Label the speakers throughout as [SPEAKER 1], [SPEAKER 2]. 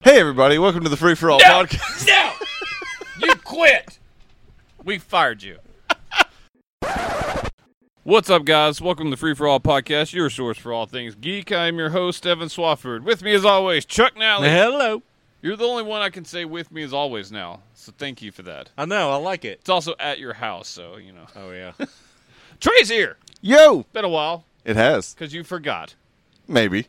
[SPEAKER 1] Hey, everybody, welcome to the Free For All
[SPEAKER 2] No!
[SPEAKER 1] podcast.
[SPEAKER 2] No! You quit! We fired you. What's up, guys? Welcome to the Free For All podcast, your source for all things geek. I am your host, Evan Swafford. With me, as always, Chuck Nally.
[SPEAKER 3] Hello.
[SPEAKER 2] You're the only one I can say with me as always now, so thank you for that.
[SPEAKER 3] I know. I like it.
[SPEAKER 2] It's also at your house, so, you know.
[SPEAKER 3] Oh yeah.
[SPEAKER 2] Trey's here!
[SPEAKER 1] Yo!
[SPEAKER 2] Been a while,
[SPEAKER 1] It has.
[SPEAKER 2] because you forgot.
[SPEAKER 1] Maybe.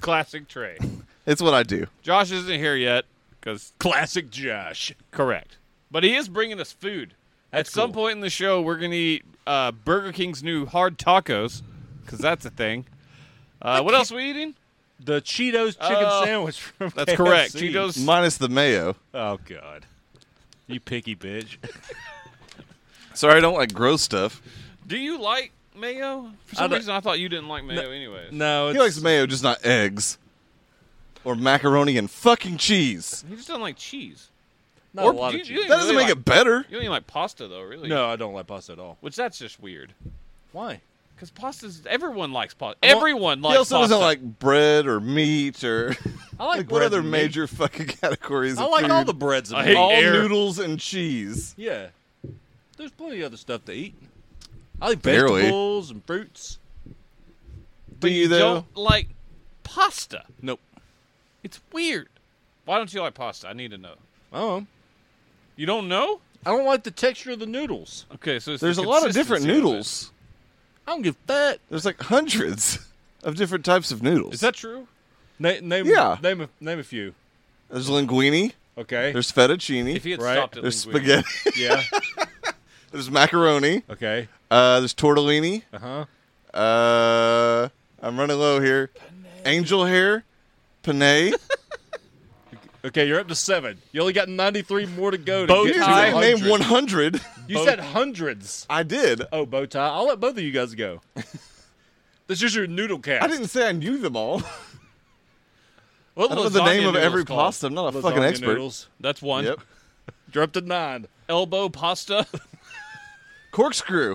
[SPEAKER 2] Classic Trey.
[SPEAKER 1] It's what I do.
[SPEAKER 2] Josh isn't here yet, because classic Josh. Correct. But he is bringing us food.
[SPEAKER 3] That's
[SPEAKER 2] At some
[SPEAKER 3] cool.
[SPEAKER 2] point in the show, we're going to eat uh, Burger King's new hard tacos, because that's a thing. Uh, what else are we eating?
[SPEAKER 3] The Cheetos chicken
[SPEAKER 2] Oh.
[SPEAKER 3] sandwich from
[SPEAKER 2] That's correct.
[SPEAKER 3] KFC.
[SPEAKER 2] Cheetos.
[SPEAKER 1] Minus the mayo.
[SPEAKER 3] Oh god. You picky bitch.
[SPEAKER 1] Sorry, I don't like gross stuff.
[SPEAKER 2] Do you like mayo? For some
[SPEAKER 3] don't-
[SPEAKER 2] reason, I thought you didn't like mayo anyways.
[SPEAKER 3] No.
[SPEAKER 1] He
[SPEAKER 3] It's,
[SPEAKER 1] likes mayo, just not eggs. Or macaroni and fucking cheese.
[SPEAKER 2] He just doesn't like cheese.
[SPEAKER 3] not
[SPEAKER 2] or
[SPEAKER 3] a lot
[SPEAKER 2] do
[SPEAKER 3] of
[SPEAKER 2] you-
[SPEAKER 3] cheese.
[SPEAKER 1] That doesn't make it better.
[SPEAKER 2] You don't even like pasta, though, really.
[SPEAKER 3] No, I don't like pasta at all.
[SPEAKER 2] Which that's just weird.
[SPEAKER 3] Why?
[SPEAKER 2] Because pasta's everyone likes pasta.
[SPEAKER 3] want-
[SPEAKER 2] Everyone
[SPEAKER 1] He
[SPEAKER 2] likes
[SPEAKER 1] also
[SPEAKER 2] pasta.
[SPEAKER 1] doesn't like bread or meat or.
[SPEAKER 3] I like,
[SPEAKER 1] Like,
[SPEAKER 3] bread
[SPEAKER 1] what other
[SPEAKER 3] and meat.
[SPEAKER 1] major fucking categories?
[SPEAKER 3] I
[SPEAKER 1] of
[SPEAKER 3] like all
[SPEAKER 1] food?
[SPEAKER 3] the breads.
[SPEAKER 2] I
[SPEAKER 3] And
[SPEAKER 2] hate
[SPEAKER 3] all,
[SPEAKER 1] all
[SPEAKER 2] air.
[SPEAKER 1] noodles and cheese.
[SPEAKER 3] yeah. There's plenty of other stuff to eat. I like
[SPEAKER 1] Barely.
[SPEAKER 3] vegetables and fruits.
[SPEAKER 1] Do you though?
[SPEAKER 2] don't like pasta.
[SPEAKER 3] Nope.
[SPEAKER 2] It's weird. Why don't you like pasta? I need to know.
[SPEAKER 3] Oh.
[SPEAKER 2] You don't know?
[SPEAKER 3] I don't like the texture of the noodles.
[SPEAKER 2] Okay, so it's the
[SPEAKER 1] There's a lot of different
[SPEAKER 2] consistency it.
[SPEAKER 1] noodles.
[SPEAKER 3] I don't give a fuck.
[SPEAKER 1] There's like hundreds of different types of noodles.
[SPEAKER 2] Is that true?
[SPEAKER 3] Na- name,
[SPEAKER 1] Yeah.
[SPEAKER 3] Name a, name a few.
[SPEAKER 1] There's linguine.
[SPEAKER 3] Okay.
[SPEAKER 1] There's fettuccine.
[SPEAKER 2] If he had
[SPEAKER 3] Right.
[SPEAKER 2] stopped at
[SPEAKER 1] there's
[SPEAKER 2] linguine.
[SPEAKER 1] spaghetti.
[SPEAKER 3] yeah.
[SPEAKER 1] there's macaroni.
[SPEAKER 3] Okay.
[SPEAKER 1] Uh, there's tortellini.
[SPEAKER 3] Uh huh.
[SPEAKER 1] Uh, I'm running low here. Angel hair. Panay.
[SPEAKER 3] Okay, you're up to seven. You only got 93 more to go. To
[SPEAKER 2] Bow
[SPEAKER 3] get to
[SPEAKER 1] I
[SPEAKER 2] tie.
[SPEAKER 1] named
[SPEAKER 3] 100.
[SPEAKER 2] Name
[SPEAKER 1] 100.
[SPEAKER 3] You said hundreds.
[SPEAKER 1] I did.
[SPEAKER 3] Oh, bow tie. I'll let both of you guys go. this is your noodle cast.
[SPEAKER 1] I didn't say I knew them all.
[SPEAKER 2] What
[SPEAKER 1] I don't know
[SPEAKER 2] was
[SPEAKER 1] the name of every pasta. I'm not a
[SPEAKER 3] Lasagna
[SPEAKER 1] fucking expert.
[SPEAKER 3] Noodles.
[SPEAKER 2] That's one.
[SPEAKER 1] Yep.
[SPEAKER 3] You're up to nine.
[SPEAKER 2] Elbow pasta. of
[SPEAKER 1] Corkscrew.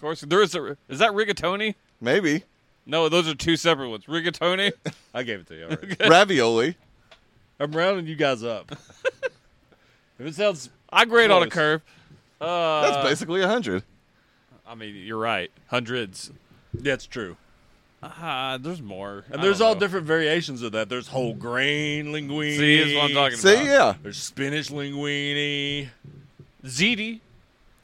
[SPEAKER 2] course, there is a. Is that rigatoni?
[SPEAKER 1] Maybe.
[SPEAKER 2] No, those are two separate ones. Rigatoni.
[SPEAKER 3] I gave it to you. All right.
[SPEAKER 1] Ravioli.
[SPEAKER 3] I'm rounding you guys up. if it sounds
[SPEAKER 2] I grade on a
[SPEAKER 3] Close.
[SPEAKER 2] curve. Uh,
[SPEAKER 1] That's basically 100.
[SPEAKER 2] I mean, you're right. Hundreds.
[SPEAKER 3] that's true,
[SPEAKER 2] Ah, there's more.
[SPEAKER 3] and there's all different variations of that. There's whole grain linguine.
[SPEAKER 2] See, that's what I'm talking
[SPEAKER 1] See,
[SPEAKER 2] about.
[SPEAKER 1] yeah.
[SPEAKER 3] There's spinach linguine.
[SPEAKER 2] Ziti.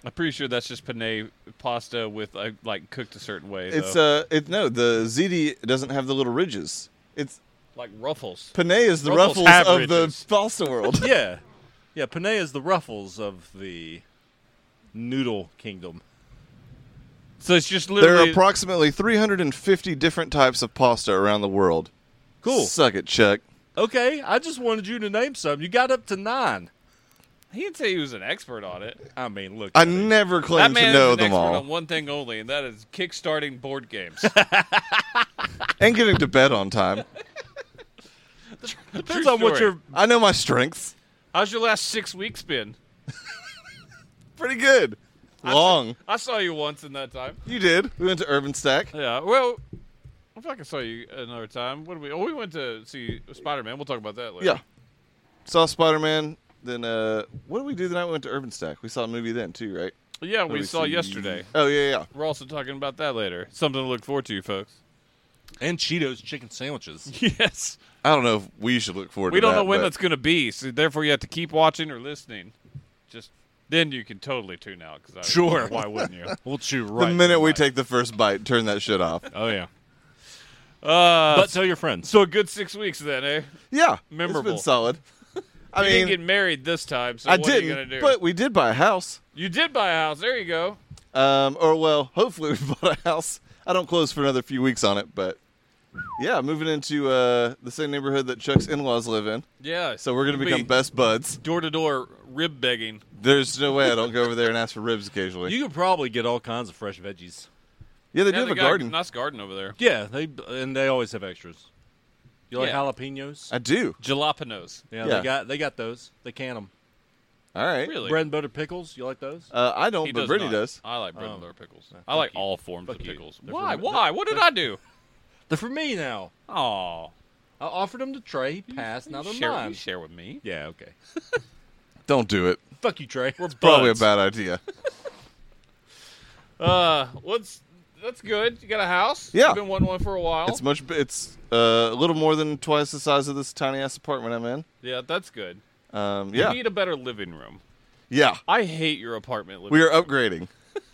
[SPEAKER 2] I'm pretty sure that's just penne pasta with uh, like cooked a certain way.
[SPEAKER 1] It's
[SPEAKER 2] though.
[SPEAKER 1] uh, it no, the ziti doesn't have the little ridges. It's
[SPEAKER 2] like ruffles.
[SPEAKER 1] penne is the
[SPEAKER 2] Ruffles
[SPEAKER 1] ruffles,
[SPEAKER 2] have
[SPEAKER 1] of the
[SPEAKER 2] ridges.
[SPEAKER 1] pasta world.
[SPEAKER 3] Yeah, yeah. Penne is the ruffles of the noodle kingdom.
[SPEAKER 2] So it's just
[SPEAKER 1] there are
[SPEAKER 2] literally
[SPEAKER 1] approximately 350 different types of pasta around the world.
[SPEAKER 3] Cool.
[SPEAKER 1] Suck it, Chuck.
[SPEAKER 3] Okay, I just wanted you to name some. You got up to nine.
[SPEAKER 2] He didn't say he was an expert on it.
[SPEAKER 3] I mean, look.
[SPEAKER 1] I
[SPEAKER 3] at it.
[SPEAKER 1] never
[SPEAKER 2] That
[SPEAKER 1] claim
[SPEAKER 2] man
[SPEAKER 1] to
[SPEAKER 2] is
[SPEAKER 1] know
[SPEAKER 2] an
[SPEAKER 1] them
[SPEAKER 2] expert
[SPEAKER 1] all.
[SPEAKER 2] on one thing only, and that is kickstarting board games.
[SPEAKER 1] and getting to bed on time.
[SPEAKER 3] Depends on what
[SPEAKER 2] story.
[SPEAKER 3] your
[SPEAKER 1] I know my strengths.
[SPEAKER 2] How's your last six weeks been?
[SPEAKER 1] Pretty good. Long.
[SPEAKER 2] I saw you once in that time.
[SPEAKER 1] You did. We went to Urban Stack.
[SPEAKER 2] Yeah. Well, I feel like I saw you another time. What did we? Oh, we went to see Spider Man. We'll talk about that later.
[SPEAKER 1] Yeah. Saw Spider Man. Then uh, what did we do the night we went to Urban Stack? We saw a movie then too, right?
[SPEAKER 2] Yeah,
[SPEAKER 1] Let
[SPEAKER 2] we
[SPEAKER 1] me
[SPEAKER 2] saw
[SPEAKER 1] see.
[SPEAKER 2] yesterday.
[SPEAKER 1] Oh yeah, yeah.
[SPEAKER 2] We're also talking about that later. Something to look forward to, folks.
[SPEAKER 3] and Cheetos chicken sandwiches.
[SPEAKER 2] Yes.
[SPEAKER 1] I don't know if we should look forward.
[SPEAKER 2] We
[SPEAKER 1] to
[SPEAKER 2] don't
[SPEAKER 1] that,
[SPEAKER 2] know when
[SPEAKER 1] but-
[SPEAKER 2] that's going to be, so therefore you have to keep watching or listening. Just then you can totally tune out. Cause I,
[SPEAKER 3] Sure.
[SPEAKER 2] Why wouldn't you?
[SPEAKER 3] We'll chew right.
[SPEAKER 1] the minute we
[SPEAKER 3] right.
[SPEAKER 1] take the first bite, turn that shit off.
[SPEAKER 3] Oh yeah.
[SPEAKER 2] Uh,
[SPEAKER 3] But tell your friends.
[SPEAKER 2] so a good six weeks then, eh?
[SPEAKER 1] Yeah, It's
[SPEAKER 2] Memorable.
[SPEAKER 1] been solid. I
[SPEAKER 2] you
[SPEAKER 1] mean,
[SPEAKER 2] didn't get married this time, so
[SPEAKER 1] I
[SPEAKER 2] what are you
[SPEAKER 1] didn't,
[SPEAKER 2] gonna do?
[SPEAKER 1] but we did buy a house.
[SPEAKER 2] you did buy a house. There you go.
[SPEAKER 1] Um, or well, hopefully we bought a house. I don't close for another few weeks on it, but yeah, moving into uh, the same neighborhood that Chuck's in-laws live in.
[SPEAKER 2] Yeah.
[SPEAKER 1] So we're gonna
[SPEAKER 2] You'll
[SPEAKER 1] become
[SPEAKER 2] be
[SPEAKER 1] best buds.
[SPEAKER 2] door to door rib begging.
[SPEAKER 1] There's no way I don't go over there and ask for ribs occasionally.
[SPEAKER 3] You could probably get all kinds of fresh veggies.
[SPEAKER 1] yeah, they
[SPEAKER 2] Yeah,
[SPEAKER 1] do have
[SPEAKER 2] they
[SPEAKER 1] a
[SPEAKER 2] got
[SPEAKER 1] garden.
[SPEAKER 2] nice garden over there.
[SPEAKER 3] Yeah, they and they always have extras. You like
[SPEAKER 2] Yeah.
[SPEAKER 3] jalapenos?
[SPEAKER 1] I do.
[SPEAKER 2] Jalapenos.
[SPEAKER 3] yeah,
[SPEAKER 1] yeah.
[SPEAKER 3] they got they got those. They can them.
[SPEAKER 1] All right.
[SPEAKER 2] Really?
[SPEAKER 3] Bread and butter pickles. You like those?
[SPEAKER 1] Uh, I don't,
[SPEAKER 2] He
[SPEAKER 1] but
[SPEAKER 2] does
[SPEAKER 1] Brittany
[SPEAKER 2] not.
[SPEAKER 1] does.
[SPEAKER 2] I like bread and
[SPEAKER 3] Oh.
[SPEAKER 2] butter pickles.
[SPEAKER 3] Nah,
[SPEAKER 2] I like
[SPEAKER 3] fuck you.
[SPEAKER 2] all forms
[SPEAKER 3] Fuck
[SPEAKER 2] of
[SPEAKER 3] you.
[SPEAKER 2] pickles.
[SPEAKER 3] They're
[SPEAKER 2] Why?
[SPEAKER 3] from-
[SPEAKER 1] Uh,
[SPEAKER 2] Why? What did I do?
[SPEAKER 3] They're for me now.
[SPEAKER 2] Oh,
[SPEAKER 3] I offered him to Trey. He passed. Now they're
[SPEAKER 2] share,
[SPEAKER 3] mine.
[SPEAKER 2] you share with me.
[SPEAKER 3] Yeah, okay.
[SPEAKER 1] Don't do it.
[SPEAKER 3] Fuck you, Trey. We're
[SPEAKER 1] Probably a bad idea.
[SPEAKER 2] Uh, what's that's good. You got a house.
[SPEAKER 1] Yeah.
[SPEAKER 2] You've been wanting one for a while.
[SPEAKER 1] It's much. b- It's uh, a little more than twice the size of this tiny ass apartment I'm in.
[SPEAKER 2] yeah, that's good.
[SPEAKER 1] Um,
[SPEAKER 2] You
[SPEAKER 1] yeah,
[SPEAKER 2] need a better living room.
[SPEAKER 1] yeah.
[SPEAKER 2] I hate your apartment living.
[SPEAKER 1] We are
[SPEAKER 2] room.
[SPEAKER 1] upgrading.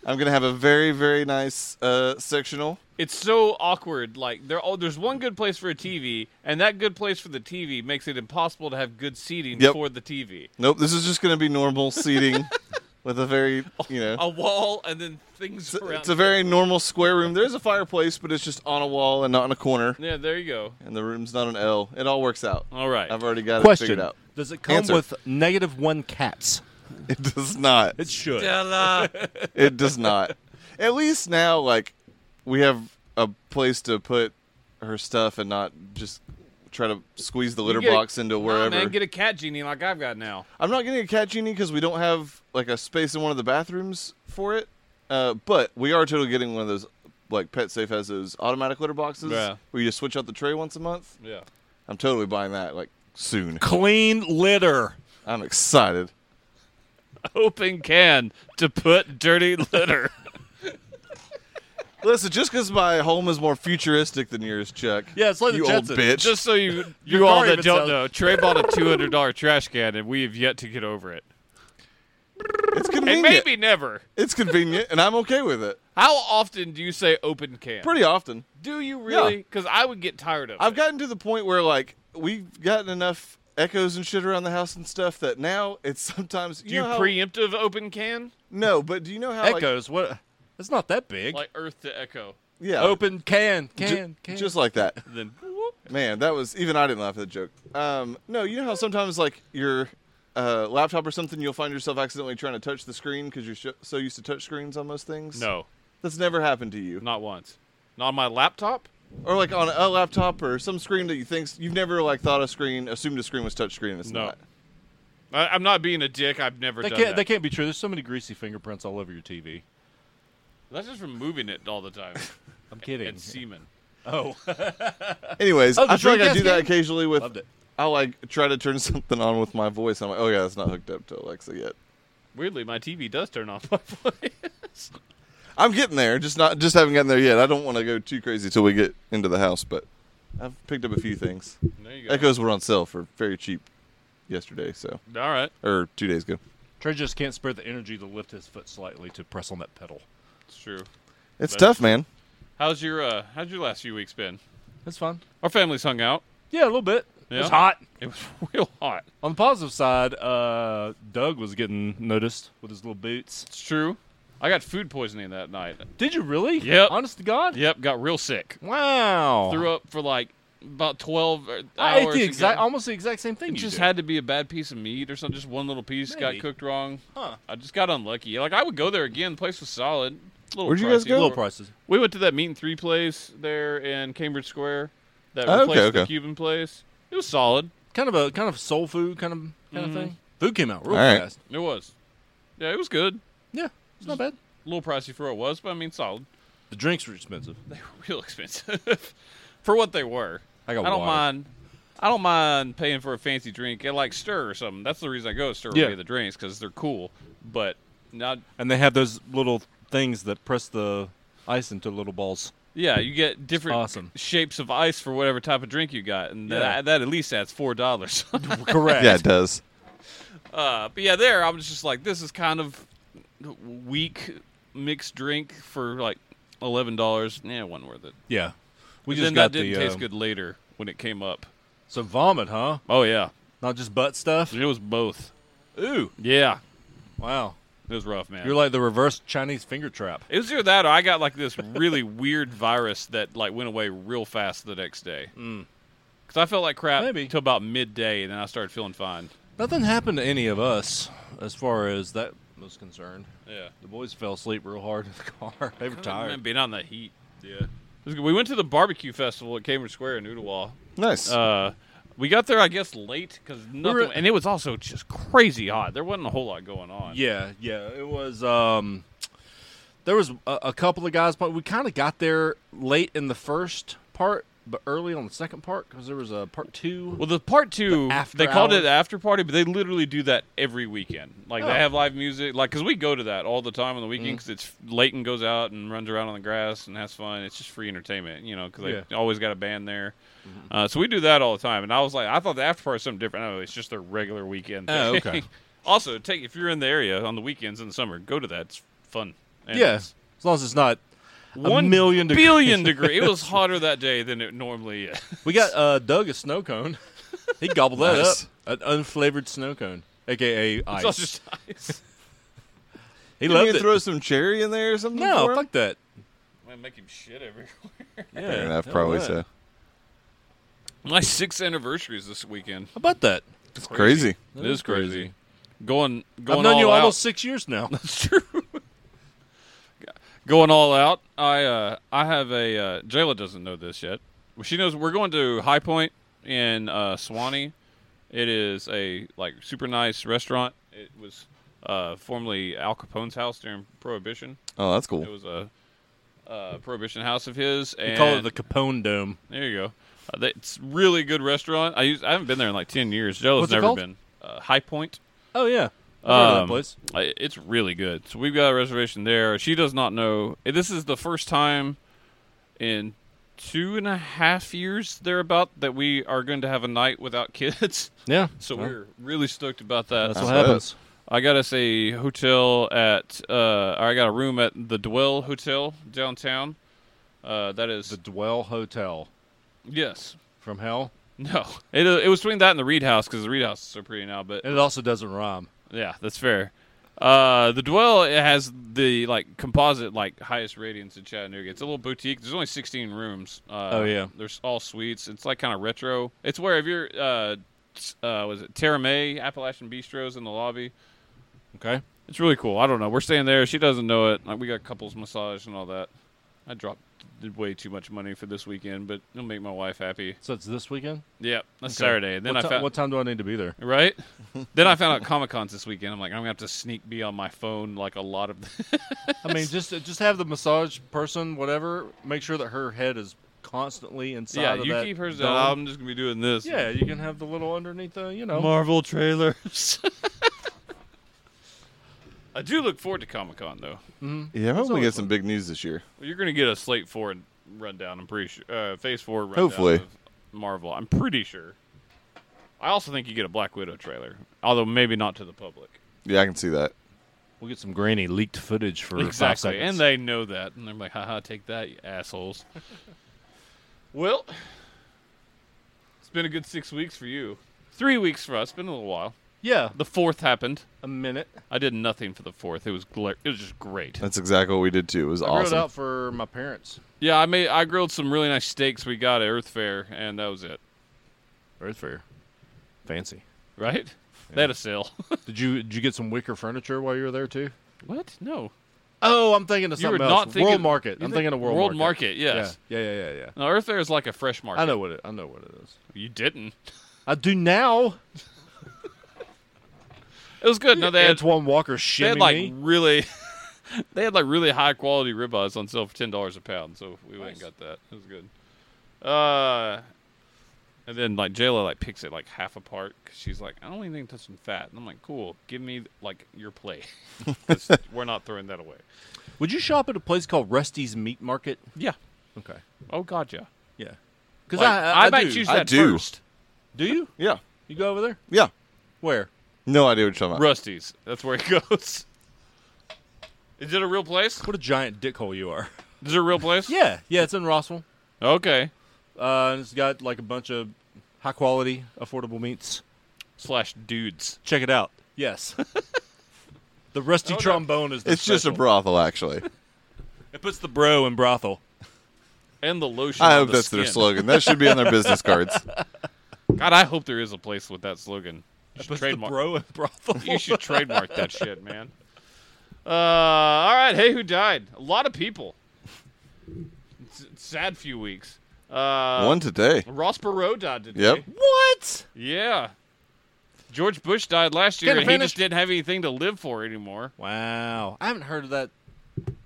[SPEAKER 1] I'm gonna have a very very nice uh, sectional.
[SPEAKER 2] It's so awkward. Like there, oh, there's one good place for a TV, and that good place for the TV makes it impossible to have good seating
[SPEAKER 1] Yep.
[SPEAKER 2] for the TV.
[SPEAKER 1] Nope, this is just gonna be normal seating with a very you know.
[SPEAKER 2] A wall, and then things
[SPEAKER 1] it's,
[SPEAKER 2] around.
[SPEAKER 1] it's a very normal square room. There's a fireplace, but it's just on a wall and not in a corner.
[SPEAKER 2] yeah, there you go.
[SPEAKER 1] And the room's not an L. It all works out.
[SPEAKER 2] All right.
[SPEAKER 1] I've already got it
[SPEAKER 3] Question:
[SPEAKER 1] figured out.
[SPEAKER 3] Does it come
[SPEAKER 1] Answer.
[SPEAKER 3] with negative one cats?
[SPEAKER 1] It does not.
[SPEAKER 3] It should.
[SPEAKER 1] It does not. At least now, like, we have a place to put her stuff and not just try to squeeze the litter
[SPEAKER 2] get a-
[SPEAKER 1] box into wherever.
[SPEAKER 2] Nah, man, get a cat genie like I've got now.
[SPEAKER 1] I'm not getting a cat genie because we don't have like a space in one of the bathrooms for it. Uh, but we are totally getting one of those. Like Pet Safe has those automatic litter boxes
[SPEAKER 2] Yeah.
[SPEAKER 1] where you just switch out the tray once a month.
[SPEAKER 2] Yeah.
[SPEAKER 1] I'm totally buying that like soon.
[SPEAKER 3] Clean litter.
[SPEAKER 1] I'm excited.
[SPEAKER 2] Open can to put dirty litter.
[SPEAKER 1] Listen, just because my home is more futuristic than yours, Chuck.
[SPEAKER 3] Yeah, it's like the
[SPEAKER 1] you
[SPEAKER 3] Jetsons.
[SPEAKER 1] old bitch.
[SPEAKER 2] Just so you
[SPEAKER 3] Your
[SPEAKER 2] you all
[SPEAKER 3] car
[SPEAKER 2] that
[SPEAKER 3] even
[SPEAKER 2] don't
[SPEAKER 3] sounds-
[SPEAKER 2] know, Trey bought a two hundred dollar trash can, and we have yet to get over it.
[SPEAKER 1] it's
[SPEAKER 2] And
[SPEAKER 1] convenient.
[SPEAKER 2] maybe never.
[SPEAKER 1] It's convenient, and I'm okay with it.
[SPEAKER 2] How often do you say open can?
[SPEAKER 1] Pretty often.
[SPEAKER 2] do you really? Because I would get tired of
[SPEAKER 1] I've
[SPEAKER 2] it.
[SPEAKER 1] gotten to the point where like we've gotten enough echoes and shit around the house and stuff that now it's sometimes you,
[SPEAKER 2] do you
[SPEAKER 1] know how-
[SPEAKER 2] preemptive open can
[SPEAKER 1] no, but do you know how like-
[SPEAKER 3] Echoes. What? It's not that big.
[SPEAKER 2] like Earth to Echo?
[SPEAKER 1] yeah,
[SPEAKER 3] Open can
[SPEAKER 1] ju-
[SPEAKER 3] can can.
[SPEAKER 1] just like that.
[SPEAKER 2] Then whoop.
[SPEAKER 1] Man, that was even I didn't laugh at the joke. Um, no, you know how sometimes like your uh, laptop or something, you'll find yourself accidentally trying to touch the screen because you're sh- so used to touch screens on most things.
[SPEAKER 2] no,
[SPEAKER 1] that's never happened to you.
[SPEAKER 2] not once. Not on my laptop.
[SPEAKER 1] Or like on a laptop or some screen that you think you've never like thought a screen, assumed a screen was touch screen. and It's
[SPEAKER 2] No.
[SPEAKER 1] not.
[SPEAKER 2] I, I'm not being a dick. I've never
[SPEAKER 3] that
[SPEAKER 2] done
[SPEAKER 3] can't. That
[SPEAKER 2] that.
[SPEAKER 3] can't be true. There's so many greasy fingerprints all over your TV.
[SPEAKER 2] That's just from moving it all the time.
[SPEAKER 3] I'm kidding.
[SPEAKER 2] and semen.
[SPEAKER 3] oh,
[SPEAKER 1] Anyways,
[SPEAKER 3] Oh, the
[SPEAKER 1] I feel like I
[SPEAKER 3] Dreamcast
[SPEAKER 1] do that
[SPEAKER 3] game?
[SPEAKER 1] occasionally with.
[SPEAKER 3] Loved it.
[SPEAKER 1] I'll like try to turn something on with my voice. I'm like, oh yeah, that's not hooked up to Alexa yet.
[SPEAKER 2] Weirdly, my TV does turn off my voice.
[SPEAKER 1] I'm getting there, just not just haven't gotten there yet. I don't want to go too crazy till we get into the house, but I've picked up a few things.
[SPEAKER 2] there you go.
[SPEAKER 1] Echoes were on sale for very cheap yesterday, so
[SPEAKER 2] All right.
[SPEAKER 1] or two days ago.
[SPEAKER 3] Trey just can't spare the energy to lift his foot slightly to press on that pedal.
[SPEAKER 2] It's true.
[SPEAKER 1] It's
[SPEAKER 2] But-
[SPEAKER 1] tough, man.
[SPEAKER 2] How's your uh how's your last few weeks been?
[SPEAKER 3] That's fine.
[SPEAKER 2] Our families hung out.
[SPEAKER 3] Yeah, a little bit. It
[SPEAKER 2] Yeah.
[SPEAKER 3] was hot.
[SPEAKER 2] It was real hot.
[SPEAKER 3] On the positive side, uh, Doug was getting noticed with his little boots.
[SPEAKER 2] It's true. I got food poisoning that night.
[SPEAKER 3] Did you really?
[SPEAKER 2] Yep.
[SPEAKER 3] Honest to God.
[SPEAKER 2] Yep, got real sick.
[SPEAKER 3] Wow.
[SPEAKER 2] Threw up for like about 12 hours.
[SPEAKER 3] I ate the exact,
[SPEAKER 2] ago.
[SPEAKER 3] almost the exact same thing.
[SPEAKER 2] It
[SPEAKER 3] you
[SPEAKER 2] just
[SPEAKER 3] did.
[SPEAKER 2] had to be a bad piece of meat or something. Just one little piece
[SPEAKER 3] Maybe.
[SPEAKER 2] got cooked wrong.
[SPEAKER 3] Huh.
[SPEAKER 2] I just got unlucky. Like I would go there again. The place was solid. Little
[SPEAKER 1] Where'd you guys
[SPEAKER 2] pricey.
[SPEAKER 1] go?
[SPEAKER 3] little prices.
[SPEAKER 2] We went to that meat and three place there in Cambridge Square. That
[SPEAKER 1] Oh, okay,
[SPEAKER 2] replaced the
[SPEAKER 1] okay.
[SPEAKER 2] Cuban place. It was solid.
[SPEAKER 3] Kind of a kind of soul food kind of kind of thing. Food came out real
[SPEAKER 1] All right.
[SPEAKER 3] fast.
[SPEAKER 2] It was. Yeah, it was good.
[SPEAKER 3] Yeah, it's not bad.
[SPEAKER 2] A little pricey for what it was, but I mean, solid.
[SPEAKER 3] The drinks were expensive.
[SPEAKER 2] They were real expensive for what they were.
[SPEAKER 3] I got
[SPEAKER 2] don't
[SPEAKER 3] water.
[SPEAKER 2] mind. I don't mind paying for a fancy drink at like Stir or something. That's the reason I go to Stir
[SPEAKER 3] Yeah.
[SPEAKER 2] with the drinks because they're cool. But not.
[SPEAKER 3] And they have those little things that press the ice into little balls.
[SPEAKER 2] Yeah, you get different
[SPEAKER 3] Awesome.
[SPEAKER 2] shapes of ice for whatever type of drink you got, and
[SPEAKER 3] Yeah.
[SPEAKER 2] that, that at least adds four dollars.
[SPEAKER 3] Correct.
[SPEAKER 1] Yeah, it does.
[SPEAKER 2] Uh, but yeah, there I was just like, this is kind of weak mixed drink for like eleven dollars. Yeah, it wasn't worth it.
[SPEAKER 3] Yeah. We
[SPEAKER 2] And
[SPEAKER 3] just
[SPEAKER 2] then
[SPEAKER 3] got
[SPEAKER 2] that didn't
[SPEAKER 3] the
[SPEAKER 2] taste
[SPEAKER 3] uh,
[SPEAKER 2] good later when it came up.
[SPEAKER 3] So vomit, huh?
[SPEAKER 2] Oh yeah,
[SPEAKER 3] Not just butt stuff.
[SPEAKER 2] it was both.
[SPEAKER 3] Ooh.
[SPEAKER 2] Yeah,
[SPEAKER 3] Wow.
[SPEAKER 2] it was rough, man.
[SPEAKER 3] You're like the reverse Chinese finger trap.
[SPEAKER 2] it was either that or I got like this really weird virus that like went away real fast the next day. Because I felt like crap
[SPEAKER 3] Mm. Maybe.
[SPEAKER 2] till about midday, and then I started feeling fine.
[SPEAKER 3] Nothing happened to any of us as far as that was concerned.
[SPEAKER 2] Yeah,
[SPEAKER 3] The boys fell asleep real hard in the car. They were
[SPEAKER 2] Man,
[SPEAKER 3] tired.
[SPEAKER 2] being out in the heat. Yeah, it was good. we went to the barbecue festival at Cambridge Square in Ooltewah.
[SPEAKER 1] Nice.
[SPEAKER 2] Uh, we got there, I guess, late because nothing,
[SPEAKER 3] were-
[SPEAKER 2] and it was also just crazy hot. There wasn't a whole lot going on.
[SPEAKER 3] Yeah, yeah. It was. um There was a, a couple of guys, but we kind of got there late in the first part but early on the second part because there was a part two.
[SPEAKER 2] Well, the part two,
[SPEAKER 3] The after
[SPEAKER 2] they called
[SPEAKER 3] hours?
[SPEAKER 2] it after party, but they literally do that every weekend. Like
[SPEAKER 3] Oh. Mm.
[SPEAKER 2] they have live music, like because we go to that all the time on the weekend because it's Leighton goes out and runs around on the grass and has fun. It's just free entertainment, you know, because they
[SPEAKER 3] Yeah. Mm-hmm.
[SPEAKER 2] always got a band there. Uh, so we do that all the time. And I was like, I thought the after party was something different. No, it's just their regular weekend. Thing.
[SPEAKER 3] Oh, okay.
[SPEAKER 2] also, take if you're in the area on the weekends in the summer, go to that. It's fun. And
[SPEAKER 3] yeah,
[SPEAKER 2] it's
[SPEAKER 3] as long as it's not a
[SPEAKER 2] One
[SPEAKER 3] million degrees.
[SPEAKER 2] billion degree. It was hotter that day than it normally is.
[SPEAKER 3] We got uh, Doug a snow cone. He gobbled
[SPEAKER 1] Nice.
[SPEAKER 3] that up. An unflavored snow cone, aka ice.
[SPEAKER 2] It's all just ice.
[SPEAKER 3] he
[SPEAKER 1] Didn't
[SPEAKER 3] loved
[SPEAKER 1] you
[SPEAKER 3] it.
[SPEAKER 1] throw some cherry in there or something?
[SPEAKER 3] no,
[SPEAKER 1] for him?
[SPEAKER 3] fuck that.
[SPEAKER 2] I'm gonna make him shit everywhere.
[SPEAKER 3] Yeah,
[SPEAKER 1] Fair enough,
[SPEAKER 3] hell
[SPEAKER 1] probably
[SPEAKER 3] yeah.
[SPEAKER 1] so.
[SPEAKER 2] My sixth anniversary is this weekend.
[SPEAKER 3] How about that?
[SPEAKER 1] It's crazy.
[SPEAKER 2] It is crazy. Going, going
[SPEAKER 3] I've known
[SPEAKER 2] all
[SPEAKER 3] you
[SPEAKER 2] out.
[SPEAKER 3] almost six years now.
[SPEAKER 2] It's true. going all out. I, uh, I have a. Uh, Jayla doesn't know this yet. Well, She knows we're going to High Point in uh, Swanee. It is a like super nice restaurant. It was uh, formerly Al Capone's house during Prohibition.
[SPEAKER 1] Oh, that's cool.
[SPEAKER 2] It was a. Uh, Prohibition house of his. And
[SPEAKER 3] We call it the Capone Dome.
[SPEAKER 2] There you go. Uh, they- it's really good restaurant. I use, I haven't been there in like ten years. Joe's
[SPEAKER 3] What's it
[SPEAKER 2] never
[SPEAKER 3] called?
[SPEAKER 2] been. Uh, High Point.
[SPEAKER 3] Oh yeah, I've heard of that
[SPEAKER 2] Um,
[SPEAKER 3] place.
[SPEAKER 2] I- It's really good. So we've got a reservation there. She does not know. This is the first time in two and a half years thereabout that we are going to have a night without kids.
[SPEAKER 3] Yeah,
[SPEAKER 2] So
[SPEAKER 3] Well,
[SPEAKER 2] we're really stoked about that.
[SPEAKER 3] that's what
[SPEAKER 1] That's
[SPEAKER 3] happens.
[SPEAKER 2] I got us a hotel at. Uh, or I got a room at the Dwell Hotel downtown. Uh, that is
[SPEAKER 3] The Dwell Hotel
[SPEAKER 2] yes.
[SPEAKER 3] from Hell,
[SPEAKER 2] No, it uh, it was between that and the Reed House because the Reed House is so pretty now. But
[SPEAKER 3] and it also doesn't rhyme.
[SPEAKER 2] yeah, that's fair. Uh, the Dwell it has the like composite like highest ratings in Chattanooga. It's a little boutique. There's only 16 rooms. Uh,
[SPEAKER 3] Oh, yeah.
[SPEAKER 2] there's all suites. It's like kind of retro. It's where if you're uh, s- uh was it Terra May Appalachian Bistros in the lobby.
[SPEAKER 3] Okay,
[SPEAKER 2] It's really cool. I don't know. We're staying there. She doesn't know it. Like, we got couples massage and all that. I dropped way too much money for this weekend, but it'll make my wife happy.
[SPEAKER 3] so it's this weekend.
[SPEAKER 2] Yeah, that's
[SPEAKER 3] Okay.
[SPEAKER 2] Saturday. And then
[SPEAKER 3] what,
[SPEAKER 2] I
[SPEAKER 3] ti-
[SPEAKER 2] found
[SPEAKER 3] what time do I need to be there?
[SPEAKER 2] Right? then I found out Comic Con's this weekend. I'm like, I'm gonna have to sneak be on my phone like a lot of.
[SPEAKER 3] I mean, just just have the massage person, whatever. Make sure that her head is constantly inside.
[SPEAKER 2] yeah,
[SPEAKER 3] of
[SPEAKER 2] you
[SPEAKER 3] that
[SPEAKER 2] keep hers
[SPEAKER 3] dome.
[SPEAKER 2] down. I'm just gonna be doing this.
[SPEAKER 3] Yeah, you can have the little underneath the, you know.
[SPEAKER 2] Marvel trailers. I do look forward to Comic Con though.
[SPEAKER 1] Yeah, I'm hoping we
[SPEAKER 3] always
[SPEAKER 1] get some big news this year.
[SPEAKER 2] Well, you're gonna get a slate four rundown. I'm pretty sure. Uh, phase four rundown.
[SPEAKER 1] Hopefully.
[SPEAKER 2] of Marvel. I'm pretty sure. I also think you get a Black Widow trailer, although maybe not to the public.
[SPEAKER 1] Yeah, I can see that.
[SPEAKER 3] We'll get some grainy leaked footage for five
[SPEAKER 2] Exactly,
[SPEAKER 3] seconds.
[SPEAKER 2] and they know that, and they're like, "Haha, take that, you assholes." well, it's been a good six weeks for you. Three weeks for us. Been a little while.
[SPEAKER 3] yeah,
[SPEAKER 2] The fourth happened.
[SPEAKER 3] a minute.
[SPEAKER 2] I did nothing for the fourth. It was gla- it was just great.
[SPEAKER 1] That's exactly what we did too. It was
[SPEAKER 3] I wrote it
[SPEAKER 1] awesome.
[SPEAKER 3] out for my parents.
[SPEAKER 2] Yeah, I made I grilled some really nice steaks we got at Earth Fair, and that was it.
[SPEAKER 3] Earth Fair, fancy.
[SPEAKER 2] Right? They had a sale.
[SPEAKER 3] Did you did you get some wicker furniture while you were there too?
[SPEAKER 2] what? No.
[SPEAKER 3] Oh, I'm thinking of
[SPEAKER 2] You were
[SPEAKER 3] something
[SPEAKER 2] not
[SPEAKER 3] else.
[SPEAKER 2] thinking
[SPEAKER 3] world market.
[SPEAKER 2] you
[SPEAKER 3] I'm
[SPEAKER 2] think-
[SPEAKER 3] thinking of world,
[SPEAKER 2] World Market, yes.
[SPEAKER 3] Yeah, yeah, yeah, yeah. yeah.
[SPEAKER 2] No, Earth Fair is like a fresh market.
[SPEAKER 3] I know what it. I know what it is.
[SPEAKER 2] You didn't.
[SPEAKER 3] I do now.
[SPEAKER 2] It was good. No, they had
[SPEAKER 3] Antoine Walker
[SPEAKER 2] they had
[SPEAKER 3] shimmy
[SPEAKER 2] like
[SPEAKER 3] me.
[SPEAKER 2] really they had like really high quality ribeyes on sale for ten dollars a pound so we went
[SPEAKER 3] Nice.
[SPEAKER 2] and got that it was good uh and then like jayla like picks it like half apart 'cause she's like i don't want anything touching fat and i'm like cool give me like your plate 'Cause we're not throwing that away
[SPEAKER 3] Would you shop at a place called Rusty's Meat Market?
[SPEAKER 2] yeah
[SPEAKER 3] Okay.
[SPEAKER 2] oh god yeah
[SPEAKER 3] Yeah. Because
[SPEAKER 2] Like,
[SPEAKER 3] I, I,
[SPEAKER 2] might
[SPEAKER 3] do.
[SPEAKER 2] choose
[SPEAKER 1] I
[SPEAKER 2] that
[SPEAKER 1] do.
[SPEAKER 2] first
[SPEAKER 3] Do you?
[SPEAKER 1] Yeah,
[SPEAKER 3] You go over there?
[SPEAKER 1] yeah.
[SPEAKER 3] Where?
[SPEAKER 1] No idea what you're talking about.
[SPEAKER 2] rusty's that's where it goes is it a real place
[SPEAKER 3] What a giant dickhole you are.
[SPEAKER 2] is it a real place
[SPEAKER 3] Yeah, yeah, it's in Rossville.
[SPEAKER 2] okay
[SPEAKER 3] Uh, and it's got like a bunch of high quality, affordable meats.
[SPEAKER 2] slash dudes
[SPEAKER 3] Check it out. Yes. the rusty
[SPEAKER 2] Oh, no.
[SPEAKER 3] trombone is. The
[SPEAKER 1] It's just a
[SPEAKER 3] special.
[SPEAKER 1] brothel, actually.
[SPEAKER 3] It puts the bro in brothel.
[SPEAKER 2] and the lotion
[SPEAKER 1] I
[SPEAKER 2] on
[SPEAKER 1] hope
[SPEAKER 2] the
[SPEAKER 1] that's their
[SPEAKER 2] skin.
[SPEAKER 1] slogan. That should be on their business cards.
[SPEAKER 2] God, I hope there is a place with that slogan. You
[SPEAKER 3] It
[SPEAKER 2] should
[SPEAKER 3] puts
[SPEAKER 2] trademark.
[SPEAKER 3] the bro in brothel.
[SPEAKER 2] you should trademark that shit, man. Uh, all right. Hey, who died? A lot of people. It's- it's sad few weeks. Uh,
[SPEAKER 1] One today.
[SPEAKER 2] Ross Perot died today.
[SPEAKER 1] Yep.
[SPEAKER 3] what?
[SPEAKER 2] Yeah. George Bush died last year,
[SPEAKER 3] Get it
[SPEAKER 2] and he
[SPEAKER 3] finished.
[SPEAKER 2] just didn't have anything to live for anymore.
[SPEAKER 3] Wow, I haven't heard of that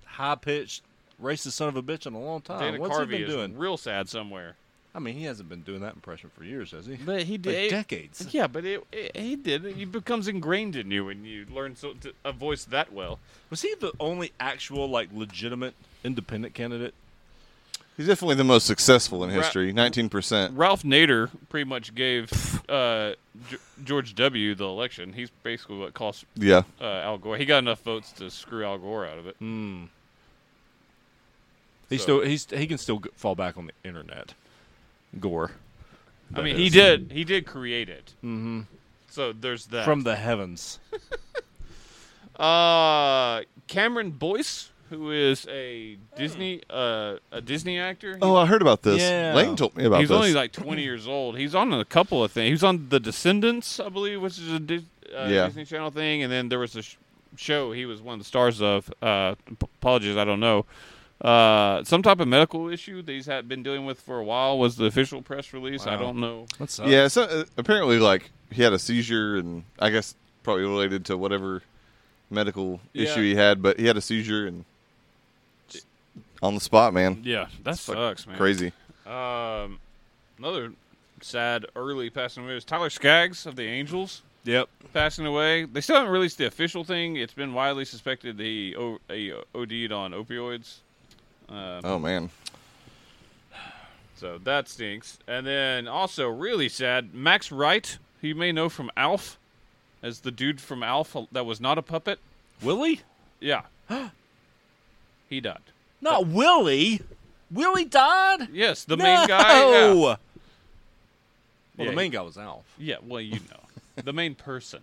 [SPEAKER 3] high pitched racist son of a bitch in a long time.
[SPEAKER 2] Dana
[SPEAKER 3] Uh, What's
[SPEAKER 2] Carvey
[SPEAKER 3] he been
[SPEAKER 2] is
[SPEAKER 3] doing?
[SPEAKER 2] real sad somewhere.
[SPEAKER 3] I mean, he hasn't been doing that impression for years, has he?
[SPEAKER 2] But he
[SPEAKER 3] Like
[SPEAKER 2] did.
[SPEAKER 3] decades.
[SPEAKER 2] yeah, but it, it, he did. It It becomes ingrained in you when you learn so, to, a voice that well.
[SPEAKER 3] Was he the only actual, like, legitimate independent candidate?
[SPEAKER 1] He's definitely the most successful in
[SPEAKER 2] Ra-
[SPEAKER 1] history. Nineteen percent.
[SPEAKER 2] Ralph Nader pretty much gave uh, G- George W. the election. He's basically what cost
[SPEAKER 1] Yeah.
[SPEAKER 2] uh, Al Gore. He got enough votes to screw Al Gore out of it.
[SPEAKER 3] Hmm. He
[SPEAKER 2] So-
[SPEAKER 3] still he's he can still g- fall back on the internet. Gore.
[SPEAKER 2] I
[SPEAKER 3] That
[SPEAKER 2] mean, he
[SPEAKER 3] is.
[SPEAKER 2] did. He did create it.
[SPEAKER 3] Mhm.
[SPEAKER 2] So there's that.
[SPEAKER 3] From the heavens.
[SPEAKER 2] uh, Cameron Boyce, who is a Disney uh, a Disney actor.
[SPEAKER 1] Oh, I heard about this.
[SPEAKER 3] Yeah.
[SPEAKER 1] Lane told me about
[SPEAKER 2] he's
[SPEAKER 1] this.
[SPEAKER 2] only like 20 years old. He's on a couple of things. He was on The Descendants, I believe, which is a Dis- uh,
[SPEAKER 1] Yeah.
[SPEAKER 2] Disney Channel thing, and then there was a sh- show he was one of the stars of. Uh, p- apologies, I don't know. Uh, some type of medical issue that he's had been dealing with for a while was the official press release. I
[SPEAKER 3] Wow.
[SPEAKER 2] don't know.
[SPEAKER 3] That's
[SPEAKER 1] yeah. So uh, apparently, like he had a seizure, and I guess probably related to whatever medical
[SPEAKER 2] Yeah.
[SPEAKER 1] issue he had, but he had a seizure and on the spot, man.
[SPEAKER 2] Yeah, that
[SPEAKER 1] fuck-
[SPEAKER 2] sucks, man.
[SPEAKER 1] Crazy.
[SPEAKER 2] Um, another sad early passing away was Tyler Skaggs of the Angels.
[SPEAKER 3] Yep.
[SPEAKER 2] passing away. They still haven't released the official thing. It's been widely suspected that he, o- he OD'd on opioids. Uh,
[SPEAKER 1] Oh man.
[SPEAKER 2] So that stinks. And then also really sad, Max Wright, who you may know from Alf, as the dude from Alf that was not a puppet.
[SPEAKER 3] Willie?
[SPEAKER 2] Yeah, he died.
[SPEAKER 3] Not Willie. Willie died?
[SPEAKER 2] Yes, the
[SPEAKER 3] no!
[SPEAKER 2] main guy. Yeah.
[SPEAKER 3] Well,
[SPEAKER 2] Yeah,
[SPEAKER 3] the main guy was Alf.
[SPEAKER 2] yeah, well you know, the main person.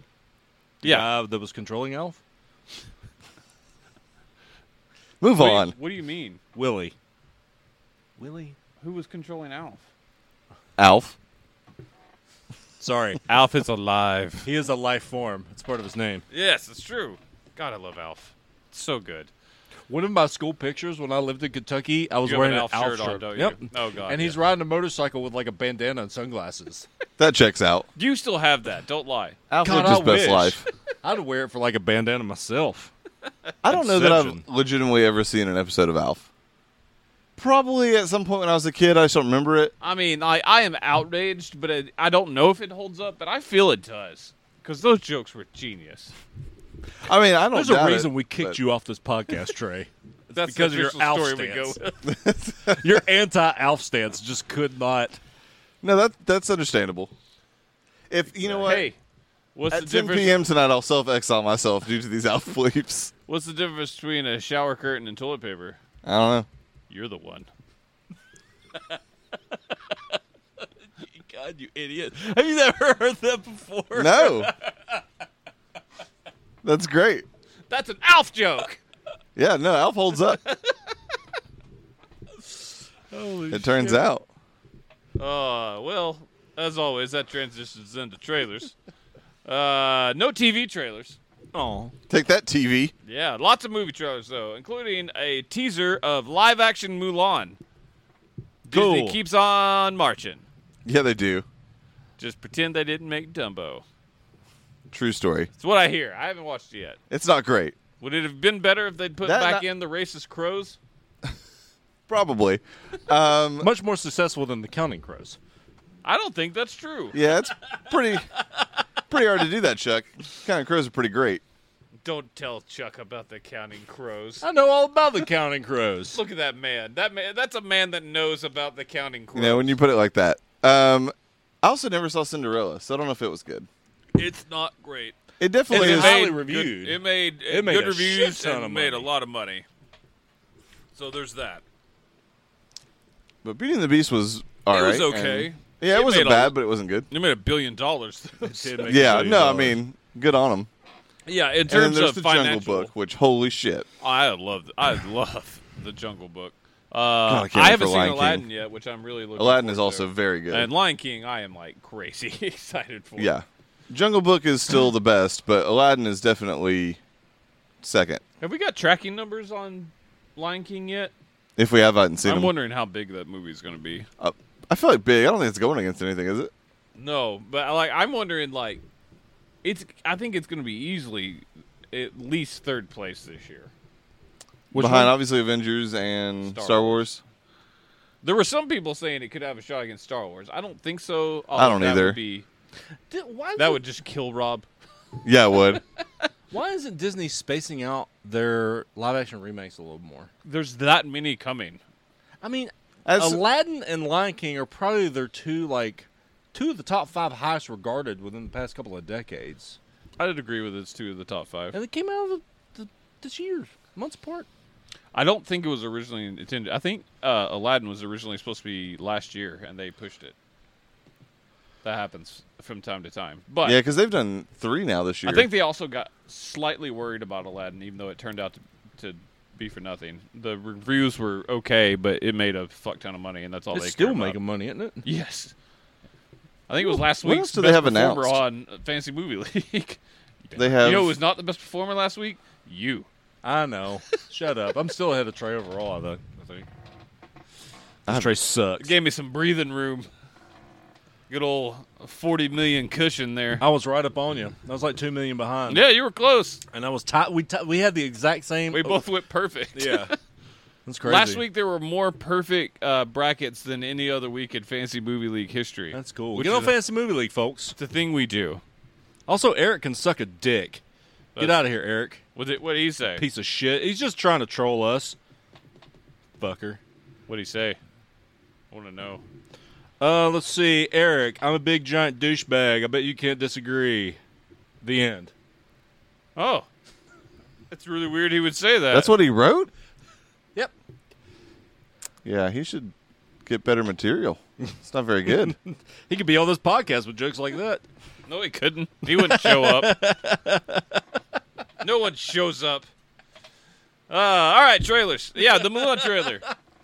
[SPEAKER 2] Yeah.
[SPEAKER 3] Uh, that was controlling Alf?
[SPEAKER 1] Move
[SPEAKER 2] What do you-
[SPEAKER 1] on.
[SPEAKER 2] what do you mean?
[SPEAKER 3] Willie. Willie?
[SPEAKER 2] Who was controlling Alf?
[SPEAKER 1] Alf.
[SPEAKER 3] Sorry.
[SPEAKER 2] Alf is alive.
[SPEAKER 3] he is a life form. It's part of his name.
[SPEAKER 2] Yes, it's true. God, I love Alf. It's so good.
[SPEAKER 3] One of my school pictures when I lived in Kentucky, I was
[SPEAKER 2] You have
[SPEAKER 3] wearing
[SPEAKER 2] an Alf,
[SPEAKER 3] an Alf
[SPEAKER 2] shirt, on, don't you?
[SPEAKER 3] Yep.
[SPEAKER 2] Oh god.
[SPEAKER 3] and he's
[SPEAKER 2] yeah.
[SPEAKER 3] riding a motorcycle with like a bandana and sunglasses.
[SPEAKER 1] That checks out.
[SPEAKER 2] You still have that. Don't lie.
[SPEAKER 1] Alf
[SPEAKER 3] God,
[SPEAKER 1] lived his
[SPEAKER 3] I
[SPEAKER 1] best
[SPEAKER 3] wish.
[SPEAKER 1] life.
[SPEAKER 3] I'd wear it for like a bandana myself.
[SPEAKER 1] I don't know that I've
[SPEAKER 3] Inception.
[SPEAKER 1] legitimately ever seen an episode of Alf. Probably at some point when I was a kid, I just don't remember it.
[SPEAKER 2] I mean, I I am outraged, but it, I don't know if it holds up, but I feel it does because those jokes were genius.
[SPEAKER 1] I mean, I don't.
[SPEAKER 3] There's a reason we kicked you off this podcast, Trey.
[SPEAKER 2] That's
[SPEAKER 3] because
[SPEAKER 2] the
[SPEAKER 3] of your
[SPEAKER 2] official
[SPEAKER 3] Alf
[SPEAKER 2] story we go.
[SPEAKER 3] stance.
[SPEAKER 2] with.
[SPEAKER 3] Your anti-Alf stance just could not.
[SPEAKER 1] No, that that's understandable. If you know what,
[SPEAKER 2] Hey, what's
[SPEAKER 1] at
[SPEAKER 2] the
[SPEAKER 1] 10
[SPEAKER 2] difference?
[SPEAKER 1] p.m. tonight, I'll self-exile myself due to these Alf bleeps.
[SPEAKER 2] What's the difference between a shower curtain and toilet paper?
[SPEAKER 1] I don't know.
[SPEAKER 2] You're the one.
[SPEAKER 3] God, you idiot! Have you never heard that before?
[SPEAKER 1] No, that's great.
[SPEAKER 2] That's an Alf joke.
[SPEAKER 1] Yeah, no, Alf holds up.
[SPEAKER 3] Holy
[SPEAKER 1] It turns out.
[SPEAKER 2] Uh, well, as always, that transitions into trailers. Uh, no TV trailers.
[SPEAKER 3] Oh,
[SPEAKER 1] Take that TV.
[SPEAKER 2] Yeah, lots of movie trailers though, including a teaser of live-action Mulan. Disney
[SPEAKER 3] Cool.
[SPEAKER 2] keeps on marching.
[SPEAKER 1] Yeah, they do.
[SPEAKER 2] Just pretend they didn't make Dumbo.
[SPEAKER 1] True story.
[SPEAKER 2] It's what I hear. I haven't watched it yet.
[SPEAKER 1] It's not great.
[SPEAKER 2] Would it have been better if they'd put
[SPEAKER 1] That-
[SPEAKER 2] back
[SPEAKER 1] that-
[SPEAKER 2] in the racist crows?
[SPEAKER 1] Probably. Um,
[SPEAKER 3] much more successful than the Counting Crows.
[SPEAKER 2] I don't think that's true.
[SPEAKER 1] yeah, it's pretty pretty hard to do that, Chuck. Kind of crows are pretty great.
[SPEAKER 2] Don't tell Chuck about the counting crows.
[SPEAKER 3] I know all about the Counting Crows.
[SPEAKER 2] Look at that man. That man. That's a man that knows about the counting
[SPEAKER 1] You
[SPEAKER 2] crows.
[SPEAKER 1] know, when you put it like that. Um, I also never saw Cinderella, so I don't know if it was good.
[SPEAKER 2] it's not great.
[SPEAKER 1] It definitely
[SPEAKER 3] It
[SPEAKER 1] is.
[SPEAKER 3] made- highly
[SPEAKER 2] good-
[SPEAKER 3] reviewed.
[SPEAKER 2] it made
[SPEAKER 3] It made
[SPEAKER 2] good
[SPEAKER 3] a
[SPEAKER 2] reviews
[SPEAKER 3] shit ton
[SPEAKER 2] and
[SPEAKER 3] of
[SPEAKER 2] made a
[SPEAKER 3] money.
[SPEAKER 2] lot of money. So there's that.
[SPEAKER 1] But Beauty and the Beast was all right.
[SPEAKER 2] was okay.
[SPEAKER 1] and- yeah, it,
[SPEAKER 2] It
[SPEAKER 1] wasn't
[SPEAKER 2] made a-
[SPEAKER 1] bad, but it wasn't good.
[SPEAKER 2] They made a billion dollars.
[SPEAKER 3] did make-
[SPEAKER 1] Yeah,
[SPEAKER 3] billion
[SPEAKER 1] no, I
[SPEAKER 3] dollars.
[SPEAKER 1] mean, good on them.
[SPEAKER 2] yeah, in
[SPEAKER 1] And then
[SPEAKER 2] terms
[SPEAKER 1] there's
[SPEAKER 2] of
[SPEAKER 1] the Jungle
[SPEAKER 2] financial.
[SPEAKER 1] Book, which holy shit.
[SPEAKER 2] I love. I love the Jungle Book.
[SPEAKER 1] I
[SPEAKER 2] Uh,
[SPEAKER 1] can't
[SPEAKER 2] I,
[SPEAKER 1] wait for
[SPEAKER 2] haven't seen
[SPEAKER 1] Lion King.
[SPEAKER 2] Aladdin yet, which I'm really looking.
[SPEAKER 1] Aladdin
[SPEAKER 2] forward
[SPEAKER 1] is also
[SPEAKER 2] to.
[SPEAKER 1] very good.
[SPEAKER 2] and Lion King. I am like crazy excited for.
[SPEAKER 1] yeah, Jungle Book is still the best, but Aladdin is definitely second.
[SPEAKER 2] Have we got tracking numbers on Lion King yet?
[SPEAKER 1] If we have, I haven't seen
[SPEAKER 2] I'm
[SPEAKER 1] them.
[SPEAKER 2] wondering how big that movie's going to be.
[SPEAKER 1] Uh, I feel like big. I don't think it's going against anything, is it?
[SPEAKER 2] No, but like I'm wondering, like it's. I think it's going to be easily at least third place this year.
[SPEAKER 3] Which
[SPEAKER 1] Behind
[SPEAKER 3] one?
[SPEAKER 1] obviously Avengers and
[SPEAKER 2] Star
[SPEAKER 1] Star, Wars.
[SPEAKER 2] There were some people saying it could have a shot against Star Wars. I don't think so.
[SPEAKER 1] I don't
[SPEAKER 2] Although that
[SPEAKER 1] either.
[SPEAKER 2] Would be,
[SPEAKER 3] Di- why,
[SPEAKER 2] that
[SPEAKER 3] isn't-
[SPEAKER 2] would just kill Rob.
[SPEAKER 1] Yeah, it would.
[SPEAKER 3] why isn't Disney spacing out their live action remakes a little more?
[SPEAKER 2] There's that many coming.
[SPEAKER 3] I mean,
[SPEAKER 1] That's-
[SPEAKER 3] Aladdin and Lion King are probably their two like two of the top five highest regarded within the past couple of decades,
[SPEAKER 2] I did agree with it's two of the top five.
[SPEAKER 3] and they came out of the, the, this year, months apart.
[SPEAKER 2] I don't think it was originally intended. I think uh, Aladdin was originally supposed to be last year, and they pushed it. That happens from time to time. But
[SPEAKER 1] Yeah, because they've done three now this year.
[SPEAKER 2] I think they also got slightly worried about Aladdin, even though it turned out to, to be for nothing. The reviews were okay, but it made a fuck ton of money, and that's all
[SPEAKER 3] It's
[SPEAKER 2] they
[SPEAKER 3] still
[SPEAKER 2] care about.
[SPEAKER 3] making money, isn't it?
[SPEAKER 2] Yes. I think it was last
[SPEAKER 1] what
[SPEAKER 2] week.
[SPEAKER 1] else do they have announced?
[SPEAKER 2] on Fantasy Movie League.
[SPEAKER 1] They have-
[SPEAKER 2] You know who was not the best performer last week? You.
[SPEAKER 3] I know. Shut up. I'm still ahead of Trey overall. I think. I think.
[SPEAKER 1] I'm-
[SPEAKER 3] Trey sucks.
[SPEAKER 2] It gave me some breathing room. Good old 40 million cushion there.
[SPEAKER 3] I was right up on you. I was like two million behind.
[SPEAKER 2] Yeah, you were close.
[SPEAKER 3] And I was tied. We ti we had the exact same.
[SPEAKER 2] We both went perfect.
[SPEAKER 3] Yeah. That's crazy.
[SPEAKER 2] Last week there were more perfect uh, brackets than any other week in Fantasy Movie League history.
[SPEAKER 3] That's cool.
[SPEAKER 2] Which
[SPEAKER 3] Get on
[SPEAKER 2] is a-
[SPEAKER 3] Fantasy Movie League, folks.
[SPEAKER 2] the thing we do.
[SPEAKER 3] Also, Eric can suck a dick. Get
[SPEAKER 2] That's-
[SPEAKER 3] out of here, Eric.
[SPEAKER 2] What did what did he say?
[SPEAKER 3] Piece of shit. He's just trying to troll us. Fucker.
[SPEAKER 2] What did he say? I want to know.
[SPEAKER 3] Uh, let's see. Eric, I'm a big giant douchebag. I bet you can't disagree. The end.
[SPEAKER 2] Oh, that's really weird. He would say that.
[SPEAKER 1] That's what he wrote.
[SPEAKER 3] Yep.
[SPEAKER 1] Yeah, he should get better material. It's not very good.
[SPEAKER 3] He could be on this podcast with jokes like that.
[SPEAKER 2] No, he couldn't. He wouldn't show up. no one shows up. Uh, all right, trailers. Yeah, the Mulan trailer.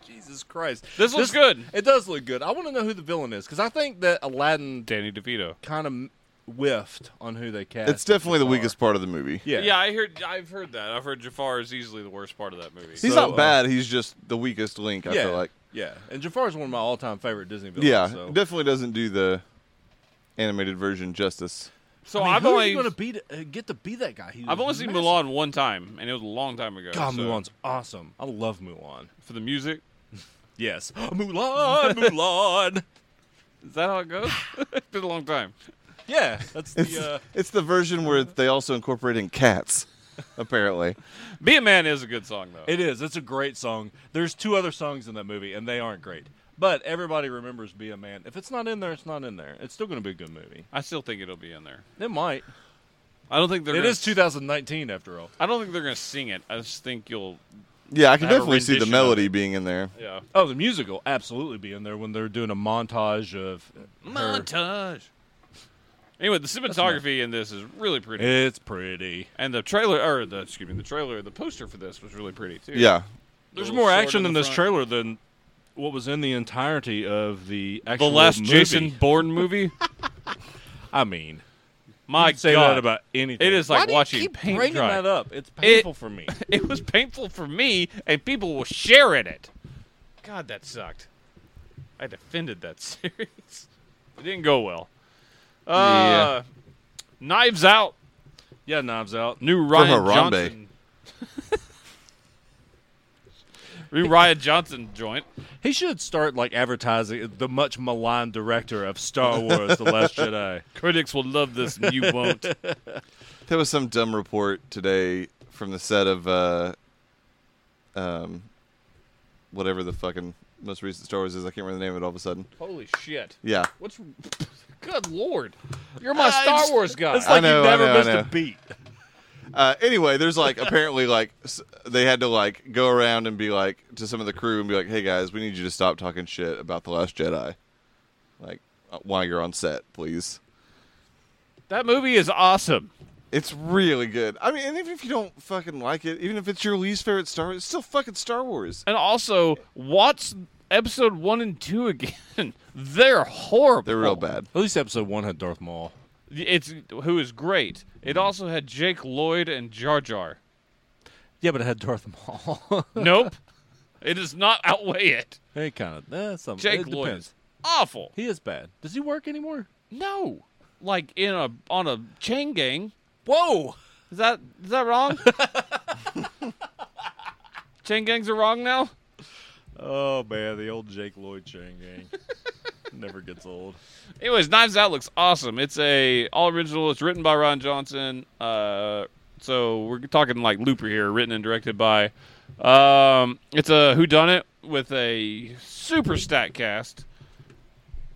[SPEAKER 3] Jesus Christ.
[SPEAKER 2] This looks good.
[SPEAKER 3] It does look good. I want to know who the villain is because I think that Aladdin
[SPEAKER 2] Danny DeVito.
[SPEAKER 3] kind of whiffed on who they cast.
[SPEAKER 1] It's definitely the
[SPEAKER 3] Jafar.
[SPEAKER 1] weakest part of the movie.
[SPEAKER 3] Yeah.
[SPEAKER 2] Yeah, I heard. I've heard that. I've heard Jafar is easily the worst part of that movie.
[SPEAKER 1] He's
[SPEAKER 3] So, uh,
[SPEAKER 1] not bad. he's just the weakest link. I
[SPEAKER 3] yeah.
[SPEAKER 1] feel like.
[SPEAKER 3] Yeah. And Jafar is one of my all-time favorite Disney villains.
[SPEAKER 1] Yeah,
[SPEAKER 3] So.
[SPEAKER 1] definitely doesn't do the animated version justice.
[SPEAKER 2] So
[SPEAKER 3] I
[SPEAKER 2] I
[SPEAKER 3] mean,
[SPEAKER 2] have
[SPEAKER 3] who
[SPEAKER 2] only
[SPEAKER 3] are you gonna be to, uh, get to be that guy? He
[SPEAKER 2] I've only
[SPEAKER 3] was
[SPEAKER 2] seen
[SPEAKER 3] massive.
[SPEAKER 2] Mulan one time, and it was a long time ago.
[SPEAKER 3] God,
[SPEAKER 2] so-
[SPEAKER 3] Mulan's awesome. I love Mulan.
[SPEAKER 2] for the music.
[SPEAKER 3] Yes, Mulan, Mulan.
[SPEAKER 2] Is that how it goes? it's been a long time.
[SPEAKER 3] Yeah, that's
[SPEAKER 1] It's,
[SPEAKER 3] the. Uh,
[SPEAKER 1] it's the version where they also incorporate in cats, apparently.
[SPEAKER 2] Be a man is a good song though.
[SPEAKER 3] it is. It's a great song. There's two other songs in that movie, and they aren't great. But everybody remembers "Be a Man." If it's not in there, it's not in there. It's still going to be a good movie.
[SPEAKER 2] I still think it'll be in there.
[SPEAKER 3] It might.
[SPEAKER 2] I don't think they're.
[SPEAKER 3] It
[SPEAKER 2] gonna
[SPEAKER 3] is 2019 after all.
[SPEAKER 2] I don't think they're gonna sing it. I just think you'll.
[SPEAKER 1] Yeah, I can
[SPEAKER 2] Have a
[SPEAKER 1] definitely see the
[SPEAKER 2] rendition of
[SPEAKER 1] melody
[SPEAKER 2] it.
[SPEAKER 1] being in there.
[SPEAKER 2] Yeah.
[SPEAKER 3] Oh, the music will absolutely be in there when they're doing a montage of her-
[SPEAKER 2] Montage. Anyway, the cinematography in this is really pretty,
[SPEAKER 3] It's pretty.
[SPEAKER 2] and the trailer, or the excuse me, the trailer, the poster for this was really pretty too.
[SPEAKER 1] Yeah,
[SPEAKER 3] There's
[SPEAKER 2] Little
[SPEAKER 3] more
[SPEAKER 2] sword
[SPEAKER 3] action
[SPEAKER 2] in
[SPEAKER 3] in
[SPEAKER 2] the
[SPEAKER 3] this
[SPEAKER 2] front.
[SPEAKER 3] trailer than what was in the entirety of the
[SPEAKER 2] the
[SPEAKER 3] actual
[SPEAKER 2] last
[SPEAKER 3] movie.
[SPEAKER 2] Jason Bourne movie.
[SPEAKER 3] I mean,
[SPEAKER 2] My
[SPEAKER 3] I say
[SPEAKER 2] God,
[SPEAKER 3] that about anything.
[SPEAKER 2] It is
[SPEAKER 3] Why
[SPEAKER 2] like
[SPEAKER 3] do you
[SPEAKER 2] watching
[SPEAKER 3] keep
[SPEAKER 2] paint
[SPEAKER 3] bringing
[SPEAKER 2] dry.
[SPEAKER 3] that up. It's painful for me.
[SPEAKER 2] it was painful for me, and people were sharing it. God, that sucked. I defended that series. It didn't go well. Uh, Knives Out,
[SPEAKER 3] Yeah, Knives Out.
[SPEAKER 2] new Ryan
[SPEAKER 1] Harambe.
[SPEAKER 2] Johnson. new Ryan Johnson joint.
[SPEAKER 3] He should start like advertising the much maligned director of Star Wars: The Last Jedi.
[SPEAKER 2] Critics will love this, and you won't.
[SPEAKER 1] there was some dumb report today from the set of, uh, um, whatever the fucking most recent Star Wars is. I can't remember the name of it all of a sudden.
[SPEAKER 2] Holy shit!
[SPEAKER 1] Yeah,
[SPEAKER 2] What's? Good lord! You're my
[SPEAKER 1] I
[SPEAKER 2] Star
[SPEAKER 1] just-
[SPEAKER 2] Wars guy.
[SPEAKER 3] It's like
[SPEAKER 1] know, I
[SPEAKER 3] you never
[SPEAKER 1] know, I
[SPEAKER 3] missed
[SPEAKER 1] know.
[SPEAKER 3] a beat.
[SPEAKER 1] Uh, anyway, there's like apparently like s- they had to like go around and be like to some of the crew and be like, "Hey guys, we need you to stop talking shit about the Last Jedi, like uh, while you're on set, please."
[SPEAKER 2] That movie is awesome.
[SPEAKER 1] It's really good. I mean, and even if you don't fucking like it, even if it's your least favorite Star Wars, it's still fucking Star Wars.
[SPEAKER 2] And also, watch episode one and two again. They're horrible.
[SPEAKER 1] They're real bad.
[SPEAKER 3] At least episode one had Darth Maul.
[SPEAKER 2] It's who is great. It also had Jake Lloyd and Jar Jar.
[SPEAKER 3] Yeah, but it had Darth Maul.
[SPEAKER 2] Nope, it does not outweigh it.
[SPEAKER 3] it kind of. Eh, some,
[SPEAKER 2] Jake
[SPEAKER 3] it
[SPEAKER 2] Lloyd
[SPEAKER 3] depends.
[SPEAKER 2] is awful.
[SPEAKER 3] He is bad. Does he work anymore?
[SPEAKER 2] No, like in a on a chain gang.
[SPEAKER 3] Whoa!
[SPEAKER 2] Is that is that wrong? chain gangs are wrong now.
[SPEAKER 3] Oh man, the old Jake Lloyd Chang gang never gets old.
[SPEAKER 2] Anyways, Knives Out looks awesome. It's a all original. It's written by Ron Johnson. Uh, so we're talking like Looper here, written and directed by. Um, it's a Who Done It with a super stat cast,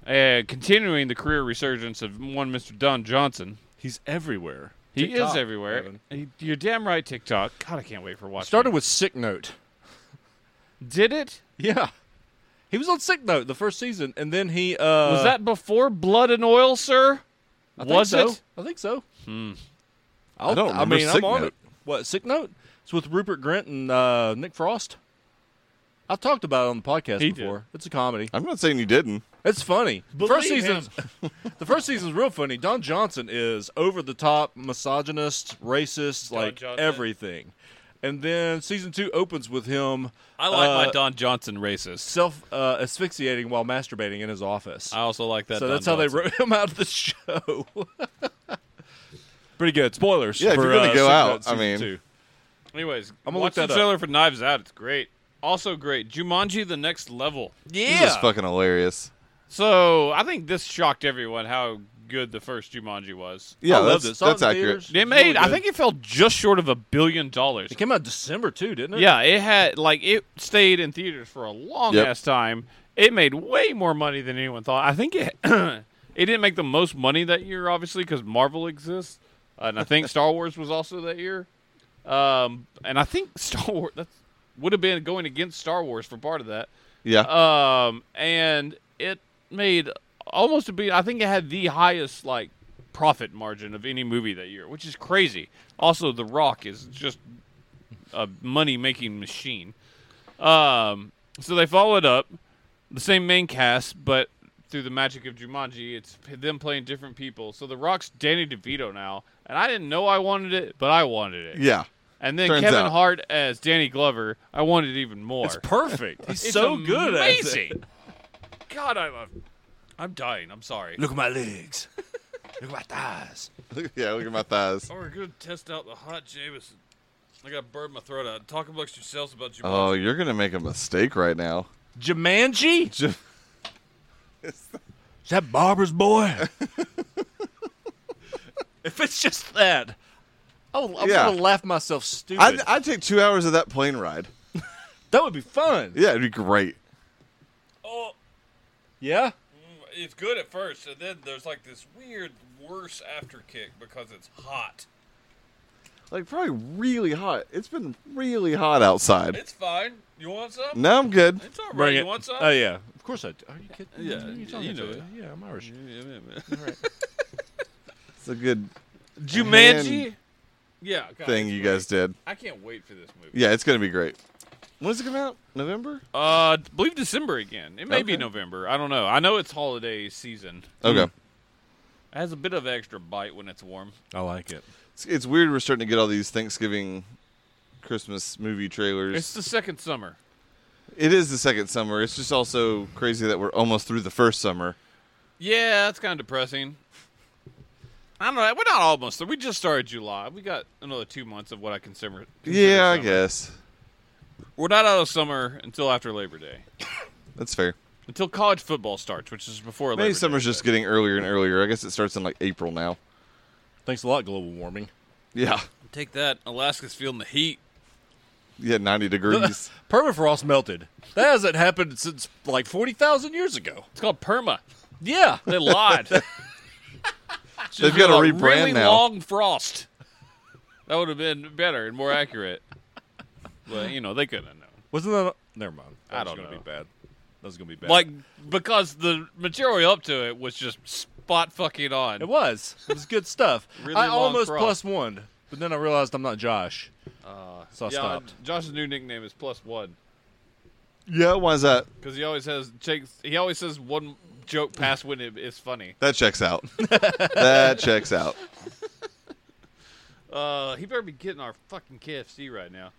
[SPEAKER 2] and continuing the career resurgence of one Mister Don Johnson.
[SPEAKER 3] He's everywhere.
[SPEAKER 2] He
[SPEAKER 3] TikTok,
[SPEAKER 2] is everywhere.
[SPEAKER 3] Evan.
[SPEAKER 2] He- You're damn right, TikTok. God, I can't wait for watching.
[SPEAKER 3] Started with Sick Note.
[SPEAKER 2] Did it?
[SPEAKER 3] Yeah, he was on Sick Note the first season, and then he uh,
[SPEAKER 2] Was that before Blood and Oil, sir?
[SPEAKER 3] I think
[SPEAKER 2] was
[SPEAKER 3] so.
[SPEAKER 2] it? Hmm.
[SPEAKER 3] I think so.
[SPEAKER 1] I don't
[SPEAKER 3] I
[SPEAKER 1] remember
[SPEAKER 3] mean,
[SPEAKER 1] Sick
[SPEAKER 3] I'm on
[SPEAKER 1] Note.
[SPEAKER 3] it. What Sick Note? It's with Rupert Grint and uh, Nick Frost. I've talked about it on the podcast
[SPEAKER 2] He did.
[SPEAKER 3] before. It's a comedy.
[SPEAKER 1] I'm not saying you didn't.
[SPEAKER 3] It's funny. The first
[SPEAKER 2] Believe
[SPEAKER 3] season's the first season's real funny. Don Johnson is over the top, misogynist, racist, like
[SPEAKER 2] Johnson.
[SPEAKER 3] everything. And then season two opens with him
[SPEAKER 2] I like my
[SPEAKER 3] uh,
[SPEAKER 2] Don Johnson racist.
[SPEAKER 3] self uh, asphyxiating while masturbating in his office.
[SPEAKER 2] I also like that.
[SPEAKER 3] so
[SPEAKER 2] Don
[SPEAKER 3] that's how they
[SPEAKER 2] Johnson.
[SPEAKER 3] wrote him out of the show. Pretty good. Spoilers.
[SPEAKER 1] Yeah, if
[SPEAKER 3] for,
[SPEAKER 1] you're gonna go
[SPEAKER 3] uh, Secret
[SPEAKER 1] out, I
[SPEAKER 3] season
[SPEAKER 1] mean-
[SPEAKER 3] two.
[SPEAKER 2] Anyways,
[SPEAKER 3] I'm gonna
[SPEAKER 2] watch
[SPEAKER 3] look that
[SPEAKER 2] the trailer for Knives Out. It's great. Also great, Jumanji: The Next Level.
[SPEAKER 1] This is fucking hilarious.
[SPEAKER 2] So I think this shocked everyone how good the first Jumanji was.
[SPEAKER 1] Yeah,
[SPEAKER 3] I loved
[SPEAKER 1] that's,
[SPEAKER 3] it. Saw it in
[SPEAKER 1] that's accurate.
[SPEAKER 3] theaters.
[SPEAKER 2] They
[SPEAKER 3] It's
[SPEAKER 2] made,
[SPEAKER 3] really
[SPEAKER 2] I
[SPEAKER 3] good.
[SPEAKER 2] think it fell just short of a billion dollars.
[SPEAKER 3] it came out December too, didn't it?
[SPEAKER 2] Yeah, it had like it stayed in theaters for a long
[SPEAKER 1] Yep.
[SPEAKER 2] ass time. It made way more money than anyone thought. I think it it didn't make the most money that year, obviously, because Marvel exists, and I think Star Wars was also that year. Um, and I think Star Wars that would have been going against Star Wars for part of that.
[SPEAKER 1] Yeah,
[SPEAKER 2] Um, and it made almost a be. I think it had the highest like profit margin of any movie that year, which is crazy. Also, The Rock is just a money making machine. Um, so they followed up the same main cast, but through the magic of Jumanji, it's p- them playing different people. So The Rock's Danny DeVito now, and I didn't know I wanted it, but I wanted it.
[SPEAKER 1] yeah.
[SPEAKER 2] And then
[SPEAKER 1] Turns
[SPEAKER 2] Kevin
[SPEAKER 1] out.
[SPEAKER 2] Hart as Danny Glover, I wanted it even more.
[SPEAKER 3] It's perfect. He's
[SPEAKER 2] It's
[SPEAKER 3] so good at it.
[SPEAKER 2] amazing. God, I love. I'm dying. I'm sorry.
[SPEAKER 3] Look at my legs. Look at my thighs.
[SPEAKER 1] yeah, look at my thighs.
[SPEAKER 2] Oh, we're gonna test out the hot Jameson. I gotta burn my throat out. Talk amongst yourselves about you.
[SPEAKER 1] Oh, you're gonna make a mistake right now.
[SPEAKER 3] Jumanji?
[SPEAKER 1] Ju-
[SPEAKER 3] Is that Barber's boy? if it's just that, I'll, I'm
[SPEAKER 1] Yeah.
[SPEAKER 3] gonna laugh myself stupid.
[SPEAKER 1] I'd, I'd take two hours of that plane ride.
[SPEAKER 3] that would be fun.
[SPEAKER 1] Yeah, it'd be great.
[SPEAKER 2] oh, mm,
[SPEAKER 3] Yeah.
[SPEAKER 2] it's good at first, and then there's like this weird worse after kick because it's hot.
[SPEAKER 1] Like probably really hot. It's been really hot outside.
[SPEAKER 2] It's fine. You want some?
[SPEAKER 1] Now I'm good.
[SPEAKER 2] It's all right.
[SPEAKER 3] Bring
[SPEAKER 2] you
[SPEAKER 3] it.
[SPEAKER 2] want some?
[SPEAKER 3] Oh yeah. Of course I. Do. Are you kidding? me?
[SPEAKER 2] Yeah,
[SPEAKER 3] What are
[SPEAKER 2] you
[SPEAKER 3] you talking
[SPEAKER 2] know
[SPEAKER 3] to?
[SPEAKER 2] it.
[SPEAKER 3] Yeah, I'm Irish.
[SPEAKER 1] It's a good
[SPEAKER 2] Jumanji. Yeah. God,
[SPEAKER 1] thing
[SPEAKER 2] it's
[SPEAKER 1] you
[SPEAKER 2] great.
[SPEAKER 1] guys did.
[SPEAKER 2] I can't wait for this movie.
[SPEAKER 1] Yeah, it's gonna be great. When does it come out? November?
[SPEAKER 2] Uh, I believe December again. It may be
[SPEAKER 1] Okay.
[SPEAKER 2] November. I don't know. I know it's holiday season.
[SPEAKER 1] Okay.
[SPEAKER 2] It has a bit of extra bite when it's warm.
[SPEAKER 3] I like it.
[SPEAKER 1] It's, it's weird. We're starting to get all these Thanksgiving, Christmas movie trailers.
[SPEAKER 2] It's the second summer.
[SPEAKER 1] It is the second summer. It's just also crazy that we're almost through the first summer.
[SPEAKER 2] Yeah, that's kind of depressing. I don't know. We're not almost. there. We just started July. We got another two months of what I consider. consider
[SPEAKER 1] Yeah, I
[SPEAKER 2] summer.
[SPEAKER 1] guess
[SPEAKER 2] We're not out of summer until after Labor Day,
[SPEAKER 1] that's fair.
[SPEAKER 2] until college football starts, which is before.
[SPEAKER 1] Maybe
[SPEAKER 2] Labor
[SPEAKER 1] summer's
[SPEAKER 2] Day,
[SPEAKER 1] just
[SPEAKER 2] but-
[SPEAKER 1] getting earlier and earlier. I guess it starts in like April now.
[SPEAKER 3] Thanks a lot, global warming.
[SPEAKER 1] Yeah,
[SPEAKER 2] Take that. Alaska's feeling the heat.
[SPEAKER 1] yeah, ninety degrees.
[SPEAKER 3] Permafrost melted. That hasn't happened since like forty thousand years ago.
[SPEAKER 2] It's called perma.
[SPEAKER 3] Yeah.
[SPEAKER 2] They lied.
[SPEAKER 1] They've got to
[SPEAKER 2] a
[SPEAKER 1] rebrand
[SPEAKER 2] really
[SPEAKER 1] now.
[SPEAKER 2] Long frost. That would have been better and more accurate. But you know they couldn't have known.
[SPEAKER 3] Wasn't that? Never mind. That
[SPEAKER 2] I
[SPEAKER 3] was
[SPEAKER 2] don't
[SPEAKER 3] gonna
[SPEAKER 2] know.
[SPEAKER 3] Be bad. That was gonna be bad.
[SPEAKER 2] Like because the material up to it was just spot fucking on.
[SPEAKER 3] It was. It was good stuff.
[SPEAKER 2] Really
[SPEAKER 3] I
[SPEAKER 2] long
[SPEAKER 3] almost
[SPEAKER 2] frock.
[SPEAKER 3] plus one, but then I realized I'm not Josh, so I
[SPEAKER 2] Uh, yeah,
[SPEAKER 3] stopped.
[SPEAKER 2] Josh's new nickname is plus one
[SPEAKER 1] yeah, why is that?
[SPEAKER 2] because he always has takes. He always says one joke past when it is funny.
[SPEAKER 1] That checks out. that checks out.
[SPEAKER 2] Uh, he better be getting our fucking KFC right now.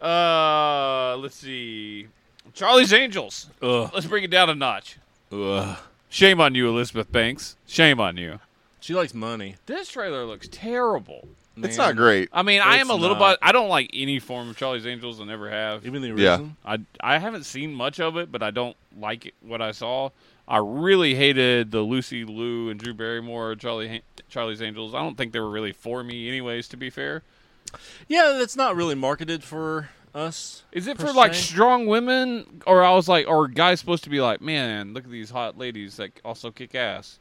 [SPEAKER 2] Uh, let's see, Charlie's Angels.
[SPEAKER 3] Ugh.
[SPEAKER 2] Let's bring it down a notch.
[SPEAKER 3] Ugh.
[SPEAKER 2] Shame on you, Elizabeth Banks. Shame on you.
[SPEAKER 3] She likes money.
[SPEAKER 2] This trailer looks terrible.
[SPEAKER 1] It's not great.
[SPEAKER 2] I mean, I am
[SPEAKER 3] It's
[SPEAKER 2] a little
[SPEAKER 3] not.
[SPEAKER 2] bit. I don't like any form of Charlie's Angels. I never have.
[SPEAKER 3] Even the
[SPEAKER 1] Yeah.
[SPEAKER 3] original.
[SPEAKER 2] I I haven't seen much of it, but I don't like it, what I saw. I really hated the Lucy Liu and Drew Barrymore Charlie Han- Charlie's Angels. I don't think they were really for me, anyways. To be fair,
[SPEAKER 3] Yeah. that's it's not really marketed for us.
[SPEAKER 2] is it
[SPEAKER 3] per
[SPEAKER 2] for like
[SPEAKER 3] se.
[SPEAKER 2] strong women, or I was like, or guys supposed to be like, man, look at these hot ladies that also kick ass.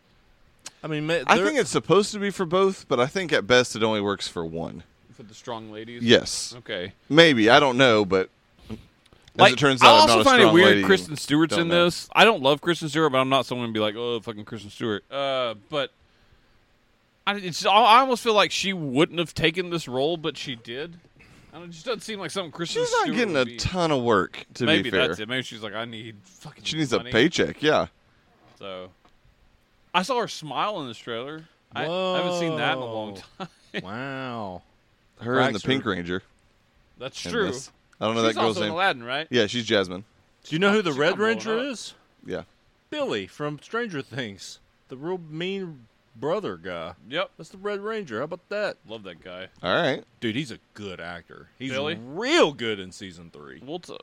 [SPEAKER 3] I mean, ma-
[SPEAKER 1] I
[SPEAKER 3] there-
[SPEAKER 1] think it's supposed to be for both, but I think at best it only works for one.
[SPEAKER 2] For the strong ladies,
[SPEAKER 1] Yes,
[SPEAKER 2] okay.
[SPEAKER 1] maybe I don't know, but as
[SPEAKER 2] Like,
[SPEAKER 1] it turns
[SPEAKER 2] I
[SPEAKER 1] out, I'm
[SPEAKER 2] also
[SPEAKER 1] not a
[SPEAKER 2] find it
[SPEAKER 1] strong
[SPEAKER 2] weird
[SPEAKER 1] lady.
[SPEAKER 2] Kristen Stewart's
[SPEAKER 1] Don't
[SPEAKER 2] in
[SPEAKER 1] know.
[SPEAKER 2] this. I don't love Kristen Stewart, but I'm not someone to be like, oh, fucking Kristen Stewart. Uh, but I, it's, I almost feel like she wouldn't have taken this role, but she did. I don't, it just doesn't seem like something Kristen
[SPEAKER 1] She's not
[SPEAKER 2] Stewart
[SPEAKER 1] getting
[SPEAKER 2] would
[SPEAKER 1] a
[SPEAKER 2] be.
[SPEAKER 1] ton of work. To
[SPEAKER 2] Maybe
[SPEAKER 1] be fair,
[SPEAKER 2] that's it. Maybe she's like, I need fucking.
[SPEAKER 1] she needs
[SPEAKER 2] money.
[SPEAKER 1] a paycheck. Yeah,
[SPEAKER 2] So I saw her smile in this trailer. I, I haven't seen that in a long
[SPEAKER 3] Whoa.
[SPEAKER 2] time.
[SPEAKER 3] wow.
[SPEAKER 1] her and the
[SPEAKER 3] Cracks are-
[SPEAKER 1] Pink Ranger.
[SPEAKER 2] That's
[SPEAKER 1] in
[SPEAKER 2] true.
[SPEAKER 1] this. I don't know
[SPEAKER 2] She's
[SPEAKER 1] that girl's
[SPEAKER 2] also in
[SPEAKER 1] name.
[SPEAKER 2] Aladdin, right?
[SPEAKER 1] Yeah, she's Jasmine.
[SPEAKER 3] Do you know who the
[SPEAKER 2] She's
[SPEAKER 3] Red
[SPEAKER 2] not blowing
[SPEAKER 3] Ranger
[SPEAKER 2] up.
[SPEAKER 3] is?
[SPEAKER 1] Yeah,
[SPEAKER 3] Billy from Stranger Things, the real mean brother guy.
[SPEAKER 2] Yep.
[SPEAKER 3] That's the Red Ranger. How about that?
[SPEAKER 2] Love that guy.
[SPEAKER 1] all right.
[SPEAKER 3] Dude, he's a good actor. He's
[SPEAKER 2] Billy?
[SPEAKER 3] real good in season three.
[SPEAKER 2] Well, t-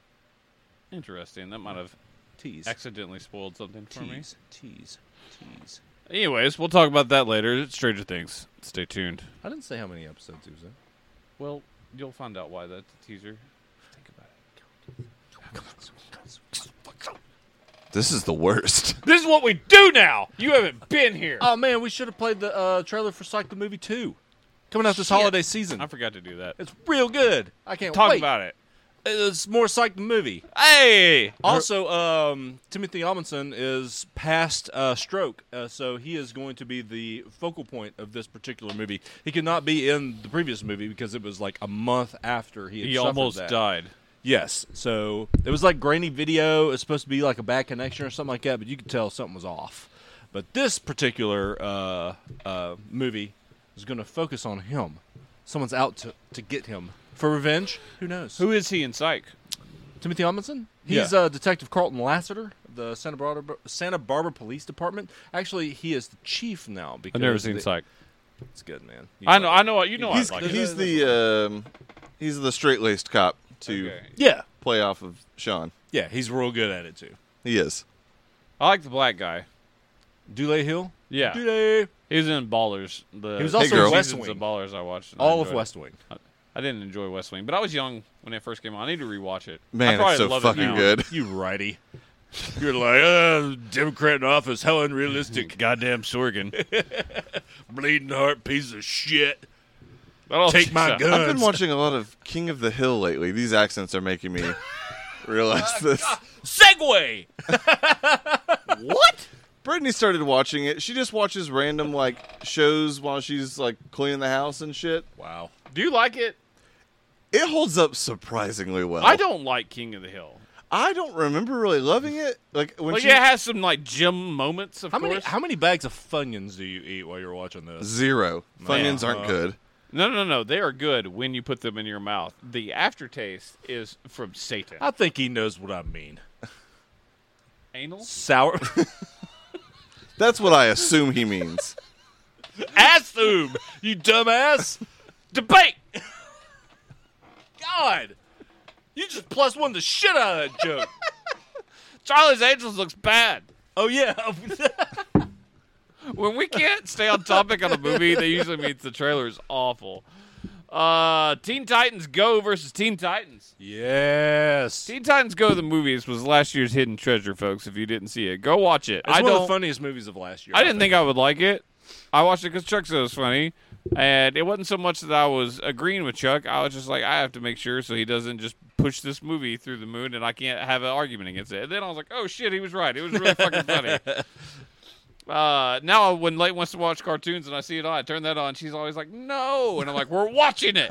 [SPEAKER 2] interesting. That might have
[SPEAKER 3] Tease.
[SPEAKER 2] accidentally spoiled something for me.
[SPEAKER 3] Tease. Tease. Tease.
[SPEAKER 2] Anyways, we'll talk about that later. It's Stranger Things. Stay tuned.
[SPEAKER 3] I didn't say how many episodes he was in.
[SPEAKER 2] Well, you'll find out why that's a teaser. Think about it.
[SPEAKER 1] This is the worst.
[SPEAKER 2] This is what we do now. You haven't been here.
[SPEAKER 3] Oh man, we should have played the uh, trailer for Psych the Movie Two, coming out this
[SPEAKER 2] Shit.
[SPEAKER 3] holiday season.
[SPEAKER 2] I forgot to do that.
[SPEAKER 3] It's real good. I can't
[SPEAKER 2] Talk
[SPEAKER 3] wait.
[SPEAKER 2] about it.
[SPEAKER 3] It's more Psych the Movie.
[SPEAKER 2] Hey,
[SPEAKER 3] Also, um, Timothy Amundsen is past uh, stroke, uh, so he is going to be the focal point of this particular movie. He could not be in the previous movie because it was like a month after he had
[SPEAKER 2] he
[SPEAKER 3] suffered
[SPEAKER 2] almost
[SPEAKER 3] that.
[SPEAKER 2] died.
[SPEAKER 3] Yes, so it was like grainy video. It's supposed to be like a bad connection or something like that, but you could tell something was off. But this particular uh, uh, movie is going to focus on him. Someone's out to, to get him for revenge. Who knows?
[SPEAKER 2] Who is he in Psych?
[SPEAKER 3] Timothy Amundsen.
[SPEAKER 2] Yeah.
[SPEAKER 3] He's uh, Detective Carlton Lassiter, the Santa Barbara Santa Barbara Police Department. Actually, he is the chief now. Because
[SPEAKER 2] I've never seen
[SPEAKER 3] the,
[SPEAKER 2] Psych.
[SPEAKER 3] It's good, man. You
[SPEAKER 2] I know.
[SPEAKER 3] like
[SPEAKER 2] I know. You know.
[SPEAKER 1] he's
[SPEAKER 2] I like it.
[SPEAKER 1] he's the um, he's the straight laced cop to
[SPEAKER 2] Okay.
[SPEAKER 3] it. yeah,
[SPEAKER 1] play off of Sean.
[SPEAKER 3] yeah. He's real good at it too.
[SPEAKER 1] He is.
[SPEAKER 2] I like the black guy.
[SPEAKER 3] Dule Hill.
[SPEAKER 2] Yeah.
[SPEAKER 3] Dule.
[SPEAKER 2] He was in Ballers. The
[SPEAKER 3] He was
[SPEAKER 2] the
[SPEAKER 3] also
[SPEAKER 1] Hey, girl.
[SPEAKER 3] in West
[SPEAKER 2] seasons
[SPEAKER 3] Wing.
[SPEAKER 2] of Ballers I watched. and I
[SPEAKER 3] All of
[SPEAKER 2] enjoyed it.
[SPEAKER 3] West Wing.
[SPEAKER 2] I didn't enjoy West Wing, but I was young when it first came on. I need to rewatch it. I
[SPEAKER 1] Man,
[SPEAKER 2] probably
[SPEAKER 1] it's so
[SPEAKER 2] love it
[SPEAKER 1] fucking
[SPEAKER 2] now.
[SPEAKER 1] good.
[SPEAKER 3] You righty. You're like, uh, Democrat in office, how unrealistic,
[SPEAKER 2] Goddamn Sorgan.
[SPEAKER 3] bleeding heart, piece of shit.
[SPEAKER 2] That'll
[SPEAKER 3] Take my
[SPEAKER 2] suck.
[SPEAKER 3] gun.
[SPEAKER 1] I've been watching a lot of King of the Hill lately. These accents are making me realize this.
[SPEAKER 3] Segway. what?
[SPEAKER 1] Brittany started watching it. She just watches random like shows while she's like cleaning the house and shit.
[SPEAKER 3] Wow.
[SPEAKER 2] Do you like it?
[SPEAKER 1] It holds up surprisingly well.
[SPEAKER 3] Oh.
[SPEAKER 2] I don't like King of the Hill.
[SPEAKER 1] I don't remember really loving it. Like when
[SPEAKER 2] Like
[SPEAKER 1] she
[SPEAKER 2] yeah, it has some like gym moments, of
[SPEAKER 3] How
[SPEAKER 2] course.
[SPEAKER 3] many how many bags of Funyuns do you eat while you're watching this?
[SPEAKER 1] zero Funyuns
[SPEAKER 3] Yeah.
[SPEAKER 1] aren't good.
[SPEAKER 2] no, no, no. They are good when you put them in your mouth. The aftertaste is from Satan.
[SPEAKER 3] I think he knows what I mean.
[SPEAKER 2] Anal
[SPEAKER 3] Sour
[SPEAKER 1] That's what I assume he means.
[SPEAKER 3] ass oob, you dumbass.
[SPEAKER 2] debate.
[SPEAKER 3] God, you just plus one the shit out of that joke.
[SPEAKER 2] Charlie's Angels looks bad.
[SPEAKER 3] oh yeah,
[SPEAKER 2] When we can't stay on topic on a movie, that usually means the trailer is awful. Uh, Teen Titans Go versus Teen Titans.
[SPEAKER 3] yes.
[SPEAKER 2] Teen Titans Go to the movies was last year's hidden treasure, folks. If you didn't see it, go watch it.
[SPEAKER 3] It's
[SPEAKER 2] I
[SPEAKER 3] one of
[SPEAKER 2] don't.
[SPEAKER 3] the funniest movies of last year.
[SPEAKER 2] I didn't think I would like it. I watched it because Chuck said it was funny, and it wasn't so much that I was agreeing with Chuck. I was just like, I have to make sure so he doesn't just push this movie through the moon, and I can't have an argument against it. And then I was like, oh shit, he was right. It was really fucking funny. Uh, now when Late wants to watch cartoons and I see it on, I turn that on. She's always like, no, and I'm like, we're watching it.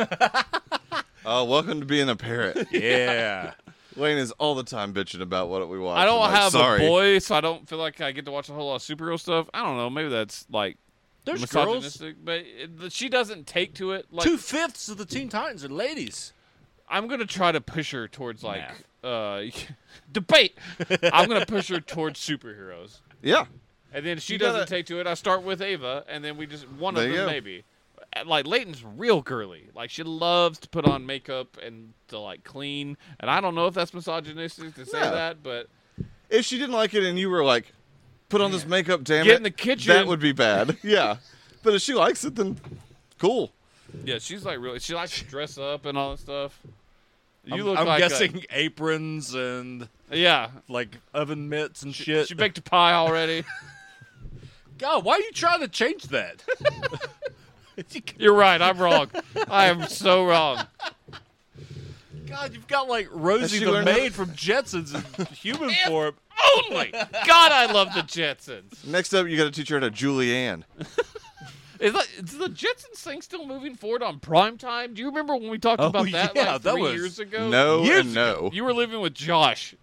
[SPEAKER 1] Uh, welcome to being a parrot.
[SPEAKER 3] Yeah.
[SPEAKER 1] Lane is all the time bitching about what we watch.
[SPEAKER 2] I don't
[SPEAKER 1] I'm like,
[SPEAKER 2] have
[SPEAKER 1] Sorry.
[SPEAKER 2] a boy, so I don't feel like I get to watch a whole lot of superhero stuff. I don't know. Maybe that's like
[SPEAKER 3] There's girls.
[SPEAKER 2] misogynistic, but it, she doesn't take to it. Like
[SPEAKER 3] Two fifths of the Teen Titans are ladies.
[SPEAKER 2] I'm gonna try to push her towards like uh, debate. I'm gonna push her towards superheroes,
[SPEAKER 1] Yeah.
[SPEAKER 2] and then if she
[SPEAKER 1] You
[SPEAKER 2] doesn't
[SPEAKER 1] gotta-
[SPEAKER 2] take to it. I start with Ava, and then we just one
[SPEAKER 1] There
[SPEAKER 2] of
[SPEAKER 1] you
[SPEAKER 2] them
[SPEAKER 1] go.
[SPEAKER 2] maybe. Uh, like Leighton's real girly. Like she loves to put on makeup and to like clean. And I don't know if that's misogynistic to say
[SPEAKER 1] Yeah.
[SPEAKER 2] that, but
[SPEAKER 1] If she didn't like it and you were like, put on this makeup, damn
[SPEAKER 2] Get
[SPEAKER 1] it,
[SPEAKER 2] in the kitchen.
[SPEAKER 1] that would be bad. yeah, but if she likes it, then cool.
[SPEAKER 2] yeah, she's like really. She likes to dress up and all that stuff. You
[SPEAKER 3] I'm,
[SPEAKER 2] look
[SPEAKER 3] I'm
[SPEAKER 2] like a-
[SPEAKER 3] guessing aprons and
[SPEAKER 2] yeah.
[SPEAKER 3] like oven mitts and shit.
[SPEAKER 2] She baked a pie already.
[SPEAKER 3] God, why are you trying to change that?
[SPEAKER 2] You're right. I'm wrong. I am so wrong.
[SPEAKER 3] God, you've got like Rosie
[SPEAKER 1] she
[SPEAKER 3] the
[SPEAKER 1] learned how to-
[SPEAKER 3] maid from Jetsons in human
[SPEAKER 2] If
[SPEAKER 3] form.
[SPEAKER 2] Only God, I love the Jetsons.
[SPEAKER 1] Next up, you got to teach her how to Julianne.
[SPEAKER 2] Is, that, is the Jetsons thing still moving forward on prime time? Do you remember when we talked
[SPEAKER 3] Oh,
[SPEAKER 2] about that
[SPEAKER 3] yeah,
[SPEAKER 2] like
[SPEAKER 3] that
[SPEAKER 2] three
[SPEAKER 3] was-
[SPEAKER 2] years ago?
[SPEAKER 1] No
[SPEAKER 3] years
[SPEAKER 1] and no.
[SPEAKER 2] You were living with Josh.